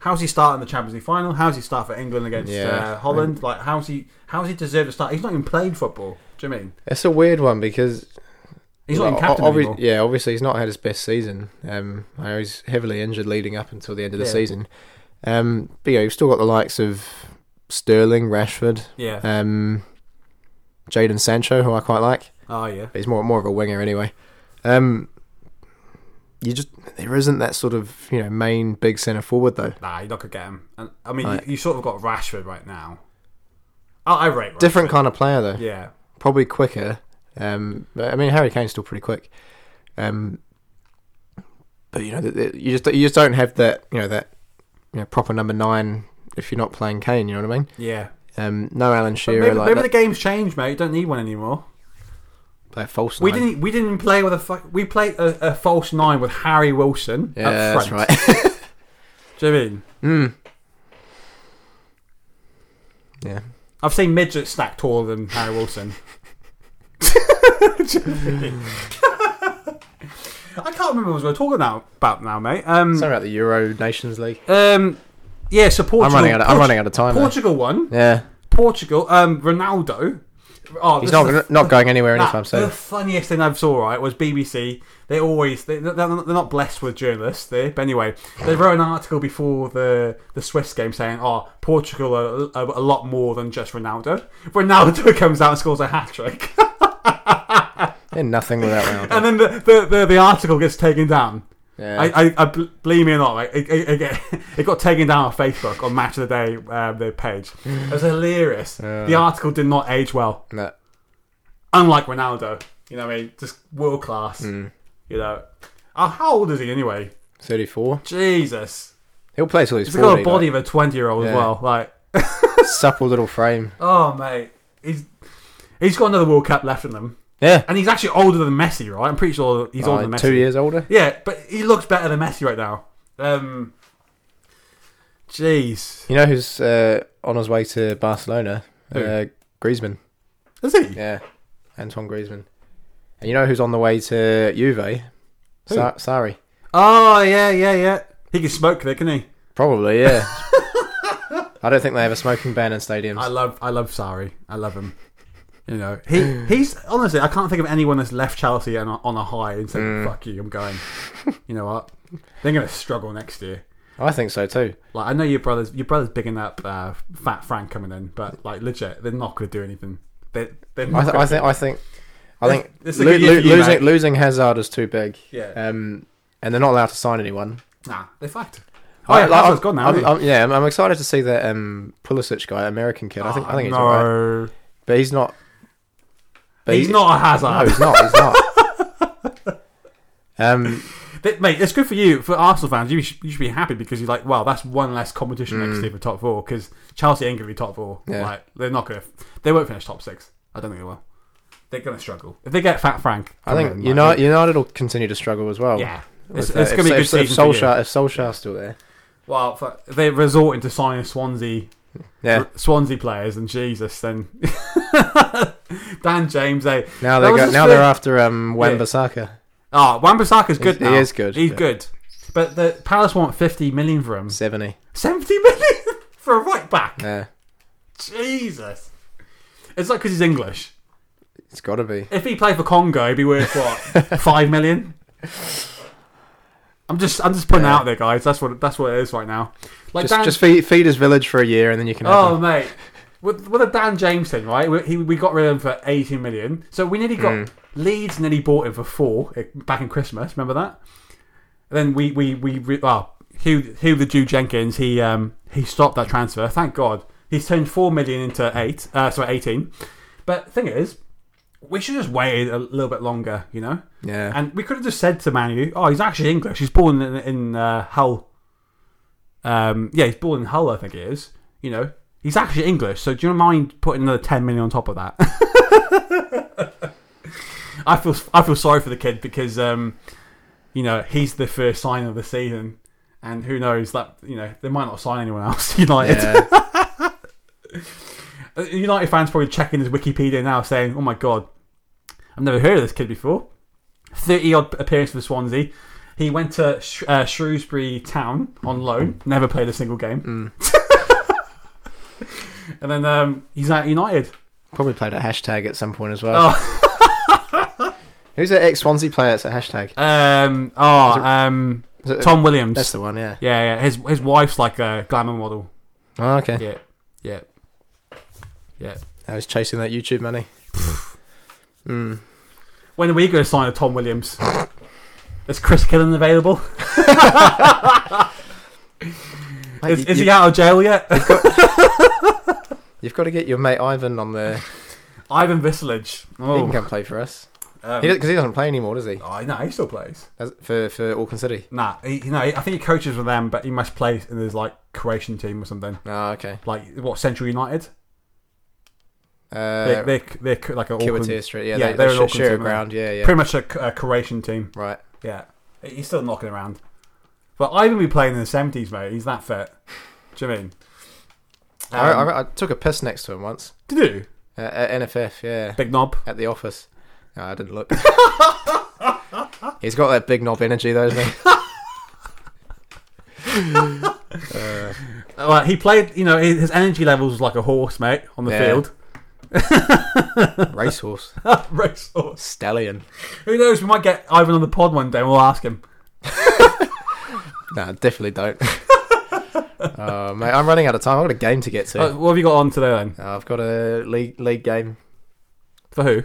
Speaker 2: How's he start in the Champions League final? How's he start for England against uh,
Speaker 1: Yeah.
Speaker 2: Holland? Like how's he how's he deserve to start? He's not even played football. Do you mean
Speaker 1: It's a weird one because
Speaker 2: he's not even
Speaker 1: well,
Speaker 2: captain
Speaker 1: obvi-
Speaker 2: anymore?
Speaker 1: yeah, obviously he's not had his best season. Um, I know he's heavily injured leading up until the end of the
Speaker 2: Yeah.
Speaker 1: season. Um, but yeah, you've still got the likes of Sterling, Rashford,
Speaker 2: Yeah.
Speaker 1: um, Jaden Sancho, who I quite like.
Speaker 2: oh yeah.
Speaker 1: but he's more more of a winger anyway. Um, you just there isn't that sort of you know main big centre forward though.
Speaker 2: Nah, you're not gonna get him. And, I mean,
Speaker 1: Right.
Speaker 2: you, you sort of got Rashford right now. I, I rate Rashford.
Speaker 1: Different kind of player though,
Speaker 2: Yeah.
Speaker 1: probably quicker. Um, but, I mean Harry Kane's still pretty quick. Um, but you know th- th- you just you just don't have that you know that you know proper number nine if you're not playing Kane. You know what I mean?
Speaker 2: Yeah.
Speaker 1: Um, no Alan Shearer
Speaker 2: Maybe,
Speaker 1: like
Speaker 2: maybe
Speaker 1: that.
Speaker 2: the game's changed, mate. You don't need one anymore.
Speaker 1: Play a false.
Speaker 2: We
Speaker 1: nine.
Speaker 2: didn't. We didn't play with a. fu- We played a, a false nine with Harry Wilson
Speaker 1: Yeah, that's
Speaker 2: up front.
Speaker 1: right.
Speaker 2: Do you know what I mean?
Speaker 1: yeah.
Speaker 2: I've seen midgets stack taller than Harry Wilson. I can't remember what we were talking now, about now, mate. Um,
Speaker 1: Something about the Euro Nations League.
Speaker 2: um, yeah, so Portugal.
Speaker 1: I'm running out. Of, I'm
Speaker 2: Portu-
Speaker 1: running out of time. now.
Speaker 2: Portugal won.
Speaker 1: Yeah,
Speaker 2: Portugal. Um, Ronaldo. Oh,
Speaker 1: he's
Speaker 2: this
Speaker 1: not
Speaker 2: is the
Speaker 1: not going anywhere
Speaker 2: Nah,
Speaker 1: anytime soon.
Speaker 2: The funniest thing I saw right was BBC. They always they they're not, they're not blessed with journalists. They but anyway they wrote an article before the the Swiss game saying, "Oh, Portugal are, are a lot more than just Ronaldo." Ronaldo comes out and scores a hat trick,
Speaker 1: Yeah, nothing without Ronaldo.
Speaker 2: and then the the, the, the article gets taken down.
Speaker 1: Yeah.
Speaker 2: I, I, I bl- believe me or not, like, it, it, it, get- it got taken down on Facebook on Match of the Day, um, the page. It was hilarious. The article did not age well.
Speaker 1: No.
Speaker 2: unlike Ronaldo, you know what I mean? Just world class.
Speaker 1: Hmm.
Speaker 2: You know, Oh, how old is he anyway?
Speaker 1: 34.
Speaker 2: Jesus,
Speaker 1: He'll play till he's
Speaker 2: he's got
Speaker 1: 40.
Speaker 2: a body
Speaker 1: like,
Speaker 2: of a twenty-year-old as
Speaker 1: Yeah.
Speaker 2: well. Like,
Speaker 1: supple little frame.
Speaker 2: oh mate, he's he's got another World Cup left in him,
Speaker 1: Yeah.
Speaker 2: and he's actually older than Messi, right? I'm pretty sure he's older
Speaker 1: Like,
Speaker 2: than Messi.
Speaker 1: two years older.
Speaker 2: Yeah, but he looks better than Messi right now. Um, jeez,
Speaker 1: You know who's uh, on his way to Barcelona?
Speaker 2: Who?
Speaker 1: Uh, Griezmann.
Speaker 2: is he?
Speaker 1: Yeah. Antoine Griezmann. And you know who's on the way to Juve? Sa- Sari.
Speaker 2: Oh yeah, yeah, yeah. He can smoke there, can he?
Speaker 1: Probably, yeah. I don't think they have a smoking ban in stadiums.
Speaker 2: I love I love Sari. I love him. You know, he he's honestly I can't think of anyone that's left Chelsea on a, on a high and said,
Speaker 1: Mm.
Speaker 2: "Fuck you, I'm going." You know what? They're going to struggle next year.
Speaker 1: I think so too.
Speaker 2: Like I know your brothers your brothers bigging up uh, Fat Frank coming in, but like legit, they're not going to do anything. They they're
Speaker 1: I,
Speaker 2: not
Speaker 1: th-
Speaker 2: gonna
Speaker 1: I think. I think. I think
Speaker 2: This is a
Speaker 1: lo-
Speaker 2: good year
Speaker 1: lo-
Speaker 2: for you,
Speaker 1: losing
Speaker 2: mate.
Speaker 1: losing Hazard is too big.
Speaker 2: Yeah.
Speaker 1: Um, and they're not allowed to sign anyone.
Speaker 2: nah, they're fucked. Oh yeah,
Speaker 1: I- like,
Speaker 2: Hazard's gone now.
Speaker 1: I'm-
Speaker 2: isn't he?
Speaker 1: I'm- yeah, I'm, I'm excited to see that um, Pulisic guy, American kid. I think. I think he's
Speaker 2: Oh, no,
Speaker 1: alright, but he's not. but
Speaker 2: he's
Speaker 1: he-
Speaker 2: not a
Speaker 1: No,
Speaker 2: Hazard,
Speaker 1: he's not. He's not. um,
Speaker 2: Th- mate. It's good for you for Arsenal fans. You should, you should be happy because you're like, wow, that's one less competition next year for top four because Chelsea ain't gonna be top four.
Speaker 1: Mm. Yeah.
Speaker 2: Like they're not gonna, they won't finish top six. I don't think they will. They're gonna struggle if they get Fat Frank.
Speaker 1: I think
Speaker 2: coming in, like,
Speaker 1: United, United will continue to struggle as well.
Speaker 2: Yeah,
Speaker 1: With
Speaker 2: it's,
Speaker 1: that.
Speaker 2: it's
Speaker 1: If-
Speaker 2: gonna be a
Speaker 1: if,
Speaker 2: good
Speaker 1: if,
Speaker 2: season.
Speaker 1: If
Speaker 2: for you.
Speaker 1: Solskjaer, if Solskjaer's still there,
Speaker 2: Well, fuck, if they're resorting to signing Swansea
Speaker 1: yeah.
Speaker 2: Swansea players, and Jesus, then Dan James, eh?
Speaker 1: Now
Speaker 2: That
Speaker 1: they
Speaker 2: was
Speaker 1: go,
Speaker 2: his
Speaker 1: now
Speaker 2: first-
Speaker 1: they're after um, Wan-Bissaka.
Speaker 2: Ah, Wan Bissaka's good.
Speaker 1: He- he
Speaker 2: now.
Speaker 1: is good,
Speaker 2: He's
Speaker 1: yeah.
Speaker 2: good. But the Palace want fifty million for him.
Speaker 1: Seventy.
Speaker 2: Seventy million for a right back.
Speaker 1: Yeah,
Speaker 2: Jesus. It's like because he's English.
Speaker 1: it's got to be.
Speaker 2: If he played for Congo, he'd be worth what five million. I'm just, I'm just putting it
Speaker 1: Yeah.
Speaker 2: out there, guys. That's what, that's what it is right now. Like
Speaker 1: Just,
Speaker 2: Dan,
Speaker 1: just feed, feed his village for a year, and then you can. Have
Speaker 2: oh
Speaker 1: him.
Speaker 2: mate, with, with the Dan James thing, right? We, he, we got rid of him for 18 million. So we nearly got Leeds nearly bought him for four eh, back in Christmas. Remember that? then we we we re- well, Hugh Hugh the Jew Jenkins he um he stopped that transfer. Thank God he's turned four million into eight. Uh, sorry, eighteen. But thing is, we should just wait a little bit longer, you know.
Speaker 1: Yeah.
Speaker 2: And we could have just said to Manu, "Oh, he's actually English. He's born in, in uh, Hull. Um, yeah, he's born in Hull, I think it is. You know, he's actually English. So do you mind putting another ten million on top of that?" I feel I feel sorry for the kid because um, you know he's the first sign of the season, and who knows that you know they might not sign anyone else. United
Speaker 1: Yeah.
Speaker 2: Uh, United fans probably checking his Wikipedia now, saying, "Oh my god, I've never heard of this kid before." Thirty odd appearances for Swansea. He went to Sh- uh, Shrewsbury Town on loan, never played a single game,
Speaker 1: Mm.
Speaker 2: and then um, he's at United.
Speaker 1: Probably played a hashtag at some point as well.
Speaker 2: Oh.
Speaker 1: Who's that ex Swansea player that's a hashtag?
Speaker 2: Um, oh, um,
Speaker 1: Is it-
Speaker 2: Tom Williams.
Speaker 1: That's the one, yeah.
Speaker 2: Yeah, yeah. His his wife's like a glamour model.
Speaker 1: Oh, okay.
Speaker 2: Yeah, yeah, yeah.
Speaker 1: I was chasing that YouTube money.
Speaker 2: When are we going to sign a Tom Williams? Is Chris Killen available?
Speaker 1: Mate,
Speaker 2: Is,
Speaker 1: you,
Speaker 2: is
Speaker 1: you,
Speaker 2: he out of jail yet?
Speaker 1: have got to get your mate Ivan on there.
Speaker 2: Ivan Visilage.
Speaker 1: He can
Speaker 2: Oh,
Speaker 1: come play for us.
Speaker 2: um,
Speaker 1: Because he, doesn't play anymore, does he?
Speaker 2: oh, no, he still plays.
Speaker 1: As- For for Auckland City.
Speaker 2: Nah, he, no, I think he coaches with them, but he must play in
Speaker 1: Ah,
Speaker 2: his like Croatian team or something.
Speaker 1: Oh, okay.
Speaker 2: Like what Central United?
Speaker 1: Uh,
Speaker 2: They, they, they're c- like a
Speaker 1: Kiwatir
Speaker 2: Auckland,
Speaker 1: Street. Yeah,
Speaker 2: yeah,
Speaker 1: they,
Speaker 2: they're
Speaker 1: they share,
Speaker 2: an Auckland
Speaker 1: share a
Speaker 2: team, yeah.
Speaker 1: ground. Yeah, yeah.
Speaker 2: pretty much a, C- a Croatian team.
Speaker 1: Right.
Speaker 2: Yeah, he's still knocking around. But Ivan be playing in the seventies, mate. He's that fit. Do you know what I mean?
Speaker 1: I,
Speaker 2: Um,
Speaker 1: I, I took a piss next to him once
Speaker 2: to do
Speaker 1: uh, at NFF. Yeah,
Speaker 2: big knob.
Speaker 1: at the office. No, I didn't look. He's got that big knob energy, though, isn't he?
Speaker 2: Uh, Like he played, you know, his his energy levels was like a horse, mate, on the
Speaker 1: Yeah.
Speaker 2: field.
Speaker 1: Racehorse,
Speaker 2: Racehorse.
Speaker 1: stallion.
Speaker 2: Who knows? We might get Ivan on the pod one day. and We'll ask him.
Speaker 1: No, definitely don't. oh, mate, I'm running out of time. I've got a game to get to.
Speaker 2: Uh, what have you got on today then?
Speaker 1: Uh, I've got a league league game.
Speaker 2: For who?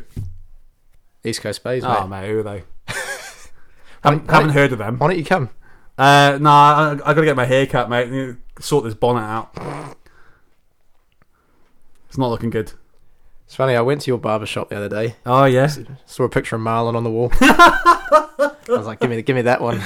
Speaker 1: East Coast Bays, mate.
Speaker 2: Oh mate, who are they?
Speaker 1: Why
Speaker 2: haven't
Speaker 1: don't-
Speaker 2: haven't heard of them.
Speaker 1: Why don't you come?
Speaker 2: Uh, nah, I, I gotta get my hair cut, mate. You Sort this bonnet out. It's not looking good.
Speaker 1: It's funny. I went to your barber shop the other day.
Speaker 2: Oh yeah.
Speaker 1: Saw a picture of Marlon on the wall. I was like, give me, give me that one.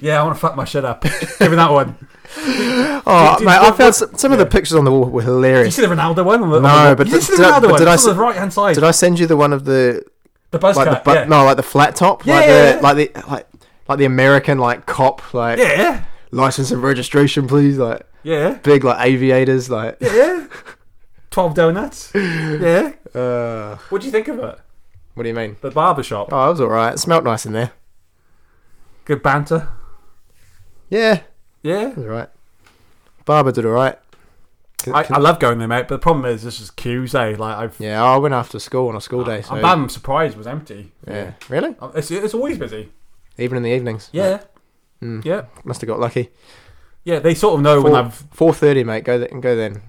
Speaker 2: Yeah, I want to fuck my shit up. Give me that one.
Speaker 1: Oh,
Speaker 2: Did- did-
Speaker 1: mate, I
Speaker 2: what-
Speaker 1: found some, some of the pictures on the wall were
Speaker 2: You
Speaker 1: hilarious.
Speaker 2: see the Ronaldo one? On the,
Speaker 1: No,
Speaker 2: on the,
Speaker 1: but
Speaker 2: you
Speaker 1: did-
Speaker 2: see the
Speaker 1: did I-
Speaker 2: Ronaldo
Speaker 1: but
Speaker 2: one.
Speaker 1: did I
Speaker 2: It's on
Speaker 1: s-
Speaker 2: the right hand side.
Speaker 1: Did I send you the one of the
Speaker 2: the buzz
Speaker 1: like the
Speaker 2: cut.
Speaker 1: bu-
Speaker 2: yeah.
Speaker 1: no like the flat top
Speaker 2: Yeah,
Speaker 1: like
Speaker 2: yeah,
Speaker 1: the
Speaker 2: yeah.
Speaker 1: like the like like the American like cop like
Speaker 2: yeah,
Speaker 1: license and registration please like
Speaker 2: yeah,
Speaker 1: big like aviators like
Speaker 2: yeah. Twelve donuts. Yeah.
Speaker 1: uh,
Speaker 2: What do you think of it?
Speaker 1: what do you mean?
Speaker 2: The barber shop.
Speaker 1: Oh, it was all right. It smelled nice in there.
Speaker 2: Good banter.
Speaker 1: Yeah,
Speaker 2: Yeah.
Speaker 1: it was all right. Barber did all right. C-
Speaker 2: I,
Speaker 1: c-
Speaker 2: I love going there, mate. But the problem is, this is queues, eh? Like I've.
Speaker 1: yeah, I went after school on a school day. So
Speaker 2: I'm bad. I'm surprised it was empty.
Speaker 1: yeah, really,
Speaker 2: Um, It's, it's always busy.
Speaker 1: even in the evenings.
Speaker 2: Yeah. Hmm.
Speaker 1: Mm.
Speaker 2: Yeah.
Speaker 1: must have got lucky.
Speaker 2: Yeah. They sort of know when I've.
Speaker 1: Four thirty, mate. Go th- go then.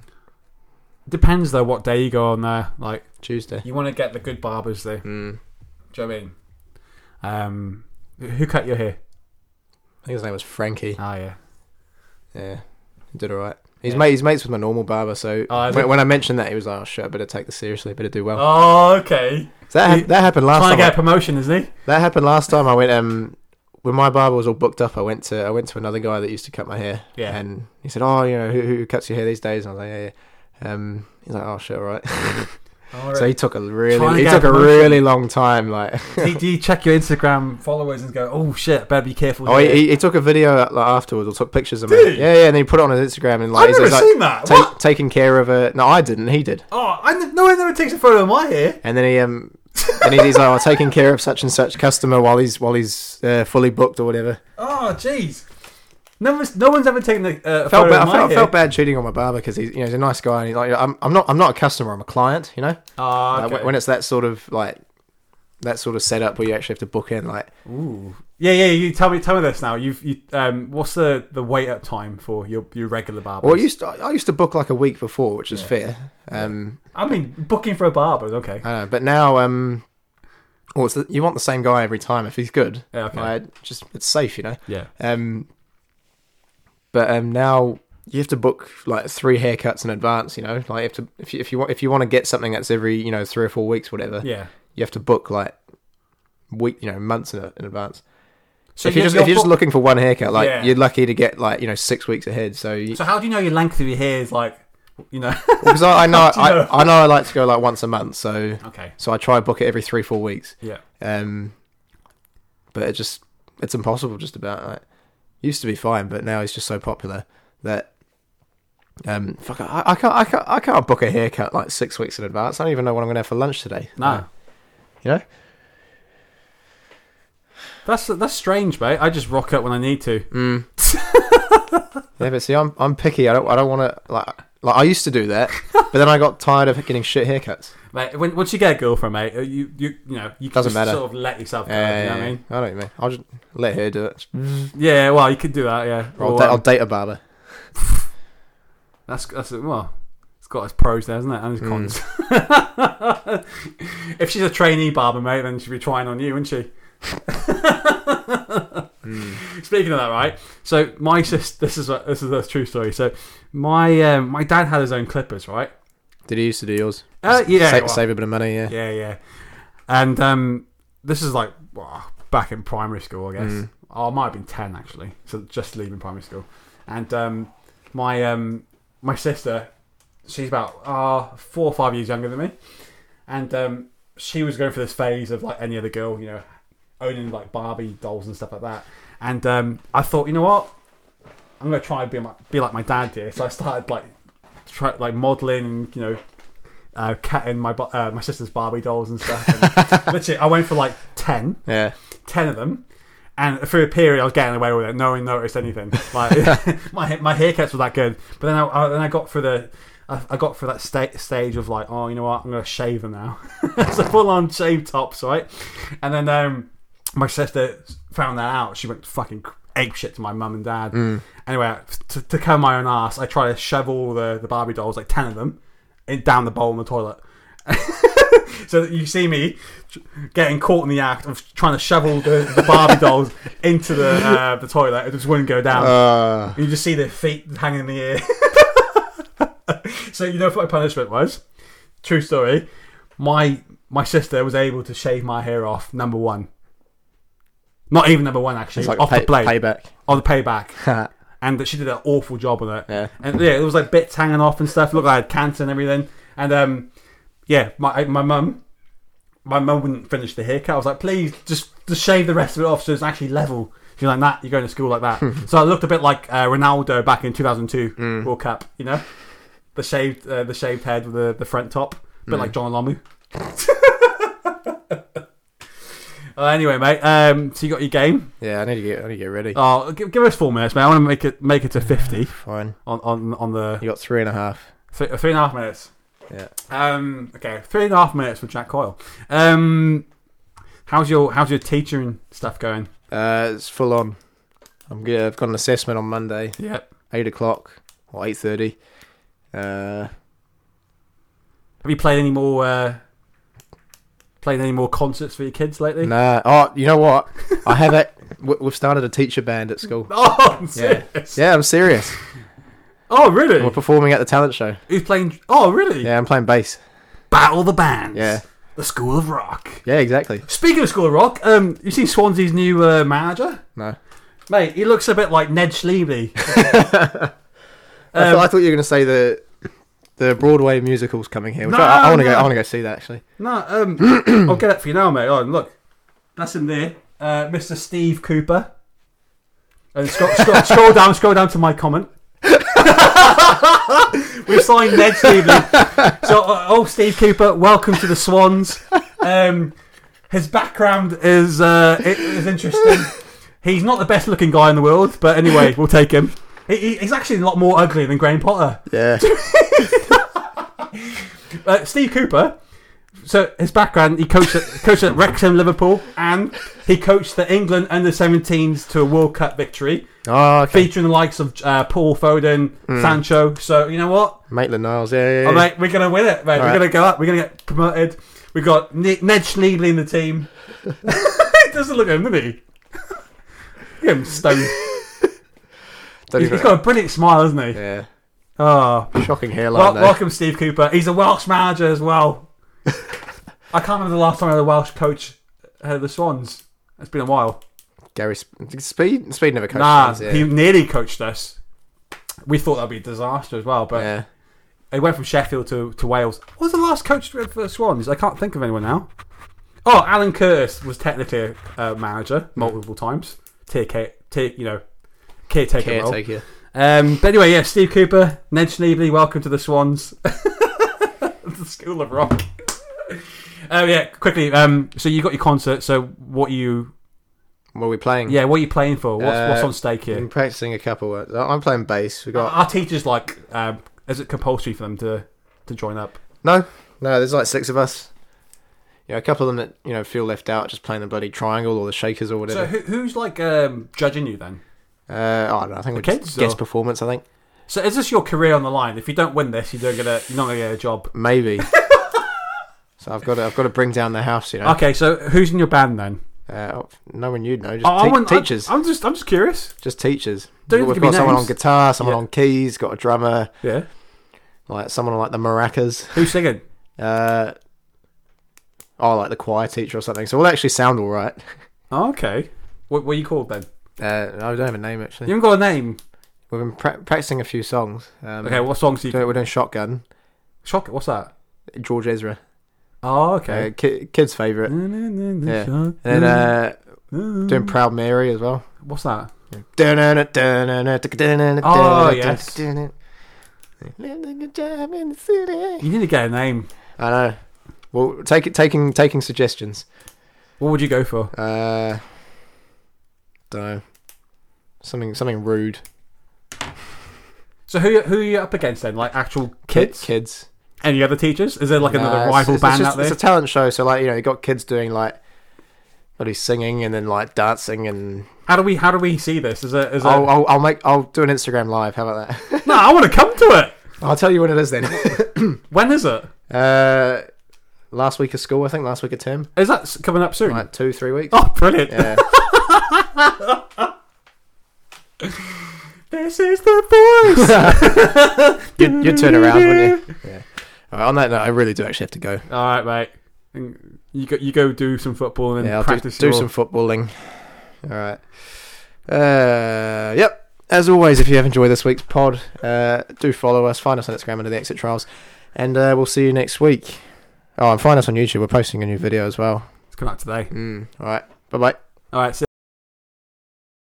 Speaker 2: Depends though what day you go on there. Like
Speaker 1: Tuesday.
Speaker 2: you want to get the good barbers there.
Speaker 1: Mm.
Speaker 2: Do you know what I mean? Um, who cut your hair?
Speaker 1: I think his name was Frankie.
Speaker 2: Ah, yeah.
Speaker 1: Yeah, he did all right. He's
Speaker 2: Yeah.
Speaker 1: mate. He's mates with my normal barber. So
Speaker 2: Oh, I
Speaker 1: when,
Speaker 2: think-
Speaker 1: when I mentioned that, he was like, "Oh shit, I better take this seriously. I better do well."
Speaker 2: Oh, okay.
Speaker 1: So that,
Speaker 2: he-
Speaker 1: ha- that happened last
Speaker 2: Trying to
Speaker 1: time.
Speaker 2: get a
Speaker 1: I,
Speaker 2: promotion, isn't he?
Speaker 1: that happened last time. I went um when my barber was all booked up. I went to I went to another guy that used to cut my hair.
Speaker 2: Yeah.
Speaker 1: and he said, "Oh, you know who, who cuts your hair these days?" And I was like, "Yeah." yeah. Um, he's like, "Oh shit, all right." so he took a
Speaker 2: Trying to
Speaker 1: really he
Speaker 2: get
Speaker 1: took
Speaker 2: a
Speaker 1: a
Speaker 2: promotion.
Speaker 1: really long time. Like,
Speaker 2: do, do you check your Instagram followers and go, oh shit, better be careful?
Speaker 1: oh,
Speaker 2: here."
Speaker 1: he, he, he took a video like, afterwards or took pictures of me.
Speaker 2: Did he?
Speaker 1: Yeah, yeah, and he put it on his Instagram and like
Speaker 2: I've
Speaker 1: he's
Speaker 2: never
Speaker 1: like,
Speaker 2: seen that.
Speaker 1: ta-
Speaker 2: what?
Speaker 1: taking care of a. No, I didn't. He did.
Speaker 2: Oh, I n- no one ever takes a photo of my hair.
Speaker 1: And then he um, then he- he's like, "I'm taking care of such and such customer while he's while he's uh, fully booked or whatever."
Speaker 2: Oh, jeez. No, one's- no one's ever taken a, a
Speaker 1: I felt
Speaker 2: photo
Speaker 1: bad,
Speaker 2: of
Speaker 1: I
Speaker 2: my
Speaker 1: felt,
Speaker 2: hair.
Speaker 1: felt bad cheating on my barber because he's you know he's a nice guy and he's like, "I'm I'm not I'm not a customer, I'm a client," you know.
Speaker 2: Ah,
Speaker 1: Like,
Speaker 2: okay.
Speaker 1: when it's that sort of like that sort of setup where you actually have to book in, like
Speaker 2: Ooh. Yeah, yeah. You tell me, tell me this now. You've, you, um, what's the, the wait up time for your, your regular barbers?
Speaker 1: well, I used to, I used to book like a week before, which is fair. Um,
Speaker 2: I mean, booking for a barber is okay.
Speaker 1: I don't know, but now um, well, it's the, you want the same guy every time if he's good.
Speaker 2: Yeah, okay.
Speaker 1: Like, just it's safe, you know.
Speaker 2: Yeah.
Speaker 1: Um, but um, now you have to book like three haircuts in advance. You know, like you have to if you, if you want if you want to get something that's every you know three or four weeks, whatever.
Speaker 2: Yeah.
Speaker 1: You have to book like week, you know, months in, in advance.
Speaker 2: So
Speaker 1: if you're,
Speaker 2: you-
Speaker 1: just if you're just
Speaker 2: book-
Speaker 1: looking for one haircut, like
Speaker 2: Yeah.
Speaker 1: you're lucky to get like you know six weeks ahead. So
Speaker 2: So how do you know your length of your hair is like, you know?
Speaker 1: because I, I know
Speaker 2: do you
Speaker 1: I,
Speaker 2: know?
Speaker 1: I know I like to go like once a month, so
Speaker 2: okay.
Speaker 1: so I try to book it every three four weeks.
Speaker 2: Yeah.
Speaker 1: Um, but it just it's impossible. Just about like used to be fine, but now he's just so popular that um fuck I, I can't I can't I can't book a haircut like six weeks in advance. I don't even know what I'm gonna have for lunch today.
Speaker 2: No.
Speaker 1: you know.
Speaker 2: That's that's strange, mate. I just rock up when I need to. Mm.
Speaker 1: Yeah, but see, I'm I'm picky. I don't I don't want to like like I used to do that, but then I got tired of getting shit haircuts.
Speaker 2: Mate, when, once you get a girlfriend, mate, uh, you you you know you can
Speaker 1: Doesn't
Speaker 2: just
Speaker 1: matter.
Speaker 2: sort of let yourself go.
Speaker 1: Yeah,
Speaker 2: you know what I mean?
Speaker 1: I don't mean. I'll just let her do it.
Speaker 2: Yeah, well, you could do that. Yeah,
Speaker 1: Or I'll,
Speaker 2: Or,
Speaker 1: da-
Speaker 2: um,
Speaker 1: I'll date a barber.
Speaker 2: that's that's well, it's got its pros there, hasn't it, and its cons. if she's a trainee barber, mate, then she'd be trying on you, wouldn't she? Speaking of that, right? So my sister, this is a, this is a true story. So my um, my dad had his own clippers, right?
Speaker 1: Did he used to do yours?
Speaker 2: Uh,
Speaker 1: Just
Speaker 2: yeah,
Speaker 1: sa-
Speaker 2: well-
Speaker 1: save a bit of money. Yeah,
Speaker 2: Yeah, yeah. And um, this is like well, back in primary school, I guess. Oh, I might have been ten actually, so just leaving primary school. And um, my um, my sister she's about uh, four or five years younger than me, and um, she was going through this phase of like any other girl, you know, owning like Barbie dolls and stuff like that. And um, I thought, you know what, I'm gonna try and be my, be like my dad here. So I started like try like modelling and you know. Uh, catting my bo- uh, my sister's Barbie dolls and stuff. And literally, I went for like ten,
Speaker 1: Yeah.
Speaker 2: 10 of them. And for a period, I was getting away with it. No one noticed anything. Like my my haircuts were that good, but then I, I then I got for the I, I got for that sta- stage of like, oh, you know what? I'm gonna shave them now. so full on shave tops, right? And then um, my sister found that out. She went fucking ape shit to my mum and dad. Anyway, to, to cover my own ass, I tried to shove all the the Barbie dolls, like ten of them, in, down the bowl in the toilet. So that you see me getting caught in the act of trying to shovel the, the Barbie dolls into the uh, the toilet. It just wouldn't go down.
Speaker 1: Uh,
Speaker 2: you just see their feet hanging in the air. so you know what my punishment was? True story. My my sister was able to shave my hair off. Number one. Not even number one actually.
Speaker 1: it's like
Speaker 2: off
Speaker 1: pay,
Speaker 2: the blade.
Speaker 1: payback.
Speaker 2: On the payback. and that she did an awful job on it.
Speaker 1: Yeah.
Speaker 2: And yeah, there was like bits hanging off and stuff. Looked like I had cancer and everything. And um, yeah, my my mum, my mum wouldn't finish the haircut. I was like, please just just shave the rest of it off so it's actually level. She's like, nah, you're going to school like that. so I looked a bit like uh, Ronaldo back in 2002 World Cup. You know, the shaved uh, the shaved head with the the front top, a bit like John Lomu. Uh, anyway, mate. Um, so you got your game.
Speaker 1: Yeah, I need to get I need to get ready.
Speaker 2: Oh, give, give us four minutes, mate. I want to make it make it to fifty
Speaker 1: Fine.
Speaker 2: on on on the
Speaker 1: You got three and a half.
Speaker 2: Three, three and a half minutes.
Speaker 1: Yeah.
Speaker 2: Um. Okay. Three and a half minutes for Jack Coyle. Um. How's your How's your teaching stuff going?
Speaker 1: Uh, it's full on. I'm yeah, I've got an assessment on Monday,
Speaker 2: Yep.
Speaker 1: eight o'clock or eight thirty. Uh,
Speaker 2: Have you played any more? Uh, played any more concerts for your kids lately?
Speaker 1: nah. Oh, you know what? I have it. we- We've started a teacher band at school.
Speaker 2: Oh, I'm
Speaker 1: Yeah.
Speaker 2: serious?
Speaker 1: Yeah, I'm serious.
Speaker 2: Oh,
Speaker 1: We're
Speaker 2: really?
Speaker 1: performing at the talent show.
Speaker 2: Who's playing? Oh, really?
Speaker 1: Yeah, I'm playing bass.
Speaker 2: Battle the bands.
Speaker 1: Yeah.
Speaker 2: The School of Rock.
Speaker 1: Yeah, exactly.
Speaker 2: Speaking of School of Rock, um, you seen Swansea's new uh, manager,
Speaker 1: No,
Speaker 2: mate? He looks a bit like Ned Schleeby.
Speaker 1: I,
Speaker 2: Um,
Speaker 1: thought, I thought you were going to say the the Broadway musical's coming here, which
Speaker 2: No,
Speaker 1: I, I want to
Speaker 2: no.
Speaker 1: go. I want to go see that actually.
Speaker 2: No, um, I'll get it for you now, mate. Oh, and look, that's in there, uh, Mr. Steve Cooper. And scroll, scroll, scroll down, scroll down to my comment. We've signed Ned Steveley. So, uh, oh, Steve Cooper, welcome to the Swans. Um, his background is uh, i- is interesting. He's not the best looking guy in the world, but anyway, we'll take him. He- He, he's actually a lot more ugly than Graham Potter.
Speaker 1: Yeah,
Speaker 2: Uh, Steve Cooper. So his background, he coached at, coached at Wrexham, Liverpool, and he coached the England under 17s to a World Cup victory,
Speaker 1: oh, okay. Hmm.
Speaker 2: featuring the likes of uh, Paul Foden, Sancho. So you know what,
Speaker 1: Maitland Niles. Yeah, yeah,
Speaker 2: Oh,
Speaker 1: yeah.
Speaker 2: mate, we're gonna win it, mate. we're
Speaker 1: Alright.
Speaker 2: gonna go up. We're gonna get promoted. We got Ni- Ned Schneebly in the team. it doesn't look at him, does he? Look at him stoned.
Speaker 1: Don't
Speaker 2: He's
Speaker 1: even-
Speaker 2: got a brilliant smile, isn't he?
Speaker 1: yeah.
Speaker 2: Oh,
Speaker 1: Shocking hairline.
Speaker 2: Wel-
Speaker 1: though.
Speaker 2: welcome, Steve Cooper. He's a Welsh manager as well. I can't remember the last time I had a Welsh coach ahead of the Swans. It's been a while.
Speaker 1: Gary Sp- Speed. Speed never coached.
Speaker 2: nah,
Speaker 1: us, yeah.
Speaker 2: he nearly coached us. We thought that'd be a disaster as well, but
Speaker 1: yeah.
Speaker 2: he went from Sheffield to, to Wales. What was the last coach for the Swans? I can't think of anyone now. Oh, Alan Curtis was technically a uh, manager multiple times. Take, take, you know, caretaker role.
Speaker 1: Caretaker.
Speaker 2: Um, but anyway, yeah, Steve Cooper, Ned Schneebly, welcome to the Swans, the School of Rock. Oh yeah, quickly. Um, so you got your concert. So what are you?
Speaker 1: What are we playing?
Speaker 2: Yeah, what are you playing for? What's, what's
Speaker 1: Uh,
Speaker 2: on stake
Speaker 1: I'm
Speaker 2: here?
Speaker 1: practicing a couple. Of, I'm playing bass. We got
Speaker 2: Our teachers like, um, is it compulsory for them to to join up?
Speaker 1: no, no. There's like six of us. You know, a couple of them that you know feel left out, just playing the bloody triangle or the shakers or
Speaker 2: So
Speaker 1: whatever.
Speaker 2: who, who's like um, judging you then?
Speaker 1: uh, oh, I don't know. I think we
Speaker 2: kids,
Speaker 1: just guest
Speaker 2: or-
Speaker 1: performance. I think
Speaker 2: So is this your career on the line? If you don't win this, you don't get a you're not gonna get a job.
Speaker 1: maybe. so I've got to, I've got to bring down the house. You know,
Speaker 2: Okay, so who's in your band then?
Speaker 1: uh, no one you'd know. Just
Speaker 2: I
Speaker 1: te-
Speaker 2: wouldn't- I-
Speaker 1: teachers.
Speaker 2: I'm just I'm just curious.
Speaker 1: just teachers.
Speaker 2: Don't even
Speaker 1: We've
Speaker 2: give me
Speaker 1: got someone on
Speaker 2: names.
Speaker 1: guitar, someone
Speaker 2: Yeah.
Speaker 1: on keys, got a drummer,
Speaker 2: Yeah,
Speaker 1: like someone on like the maracas.
Speaker 2: who's singing?
Speaker 1: Uh, oh, like the choir teacher or something. So we'll actually sound all right.
Speaker 2: Oh, okay, what, what are you called then?
Speaker 1: Uh, I don't have a name actually.
Speaker 2: You haven't got a name.
Speaker 1: We've been pra- practicing a few songs. Um,
Speaker 2: Okay, what songs do you?
Speaker 1: doing- we're doing Shotgun.
Speaker 2: Shock. What's that?
Speaker 1: George Ezra,
Speaker 2: Oh,
Speaker 1: uh,
Speaker 2: okay.
Speaker 1: ki- kid's favorite. Yeah.
Speaker 2: Yeah.
Speaker 1: And then uh, doing
Speaker 2: Mm.
Speaker 1: Proud Mary as well.
Speaker 2: What's that?
Speaker 1: Oh
Speaker 2: yes.
Speaker 1: I
Speaker 2: You need to get a name.
Speaker 1: know. Well, take it, taking taking suggestions.
Speaker 2: What would you go for?
Speaker 1: Uh, don't know. Something something rude.
Speaker 2: So who who are you up against then? Like actual kids?
Speaker 1: kids.
Speaker 2: Any other teachers? Is there like
Speaker 1: Nah,
Speaker 2: another
Speaker 1: it's-
Speaker 2: rival
Speaker 1: it's,
Speaker 2: band
Speaker 1: it's just-
Speaker 2: out there?
Speaker 1: It's a talent show, so like you know, you got kids doing like, bloody singing and then like dancing and.
Speaker 2: how do we how do we see this? Is it is it?
Speaker 1: I'll, I'll, I'll make I'll do an Instagram live. How about that?
Speaker 2: no, I want to come to it.
Speaker 1: I'll tell you when it is then.
Speaker 2: When is it?
Speaker 1: uh, last week of school, I think. Last week of term,
Speaker 2: Is that s- coming up soon?
Speaker 1: like two three weeks.
Speaker 2: Oh, brilliant!
Speaker 1: Yeah.
Speaker 2: This is the voice.
Speaker 1: You'd, you'd turn around, wouldn't you? Yeah. All right, on that note, I really do actually have to go.
Speaker 2: All right, mate. You go, you go do some football and then
Speaker 1: Yeah, I'll do,
Speaker 2: practice
Speaker 1: do
Speaker 2: your...
Speaker 1: some footballing. All right. Uh, yep. As always, if you have enjoyed this week's pod, uh, do follow us. Find us on Instagram under the Exit Trials, and uh, we'll see you next week. Oh, and find us on YouTube. We're posting a new video as well.
Speaker 2: It's come out today.
Speaker 1: Mm, all right. Bye bye.
Speaker 2: All right,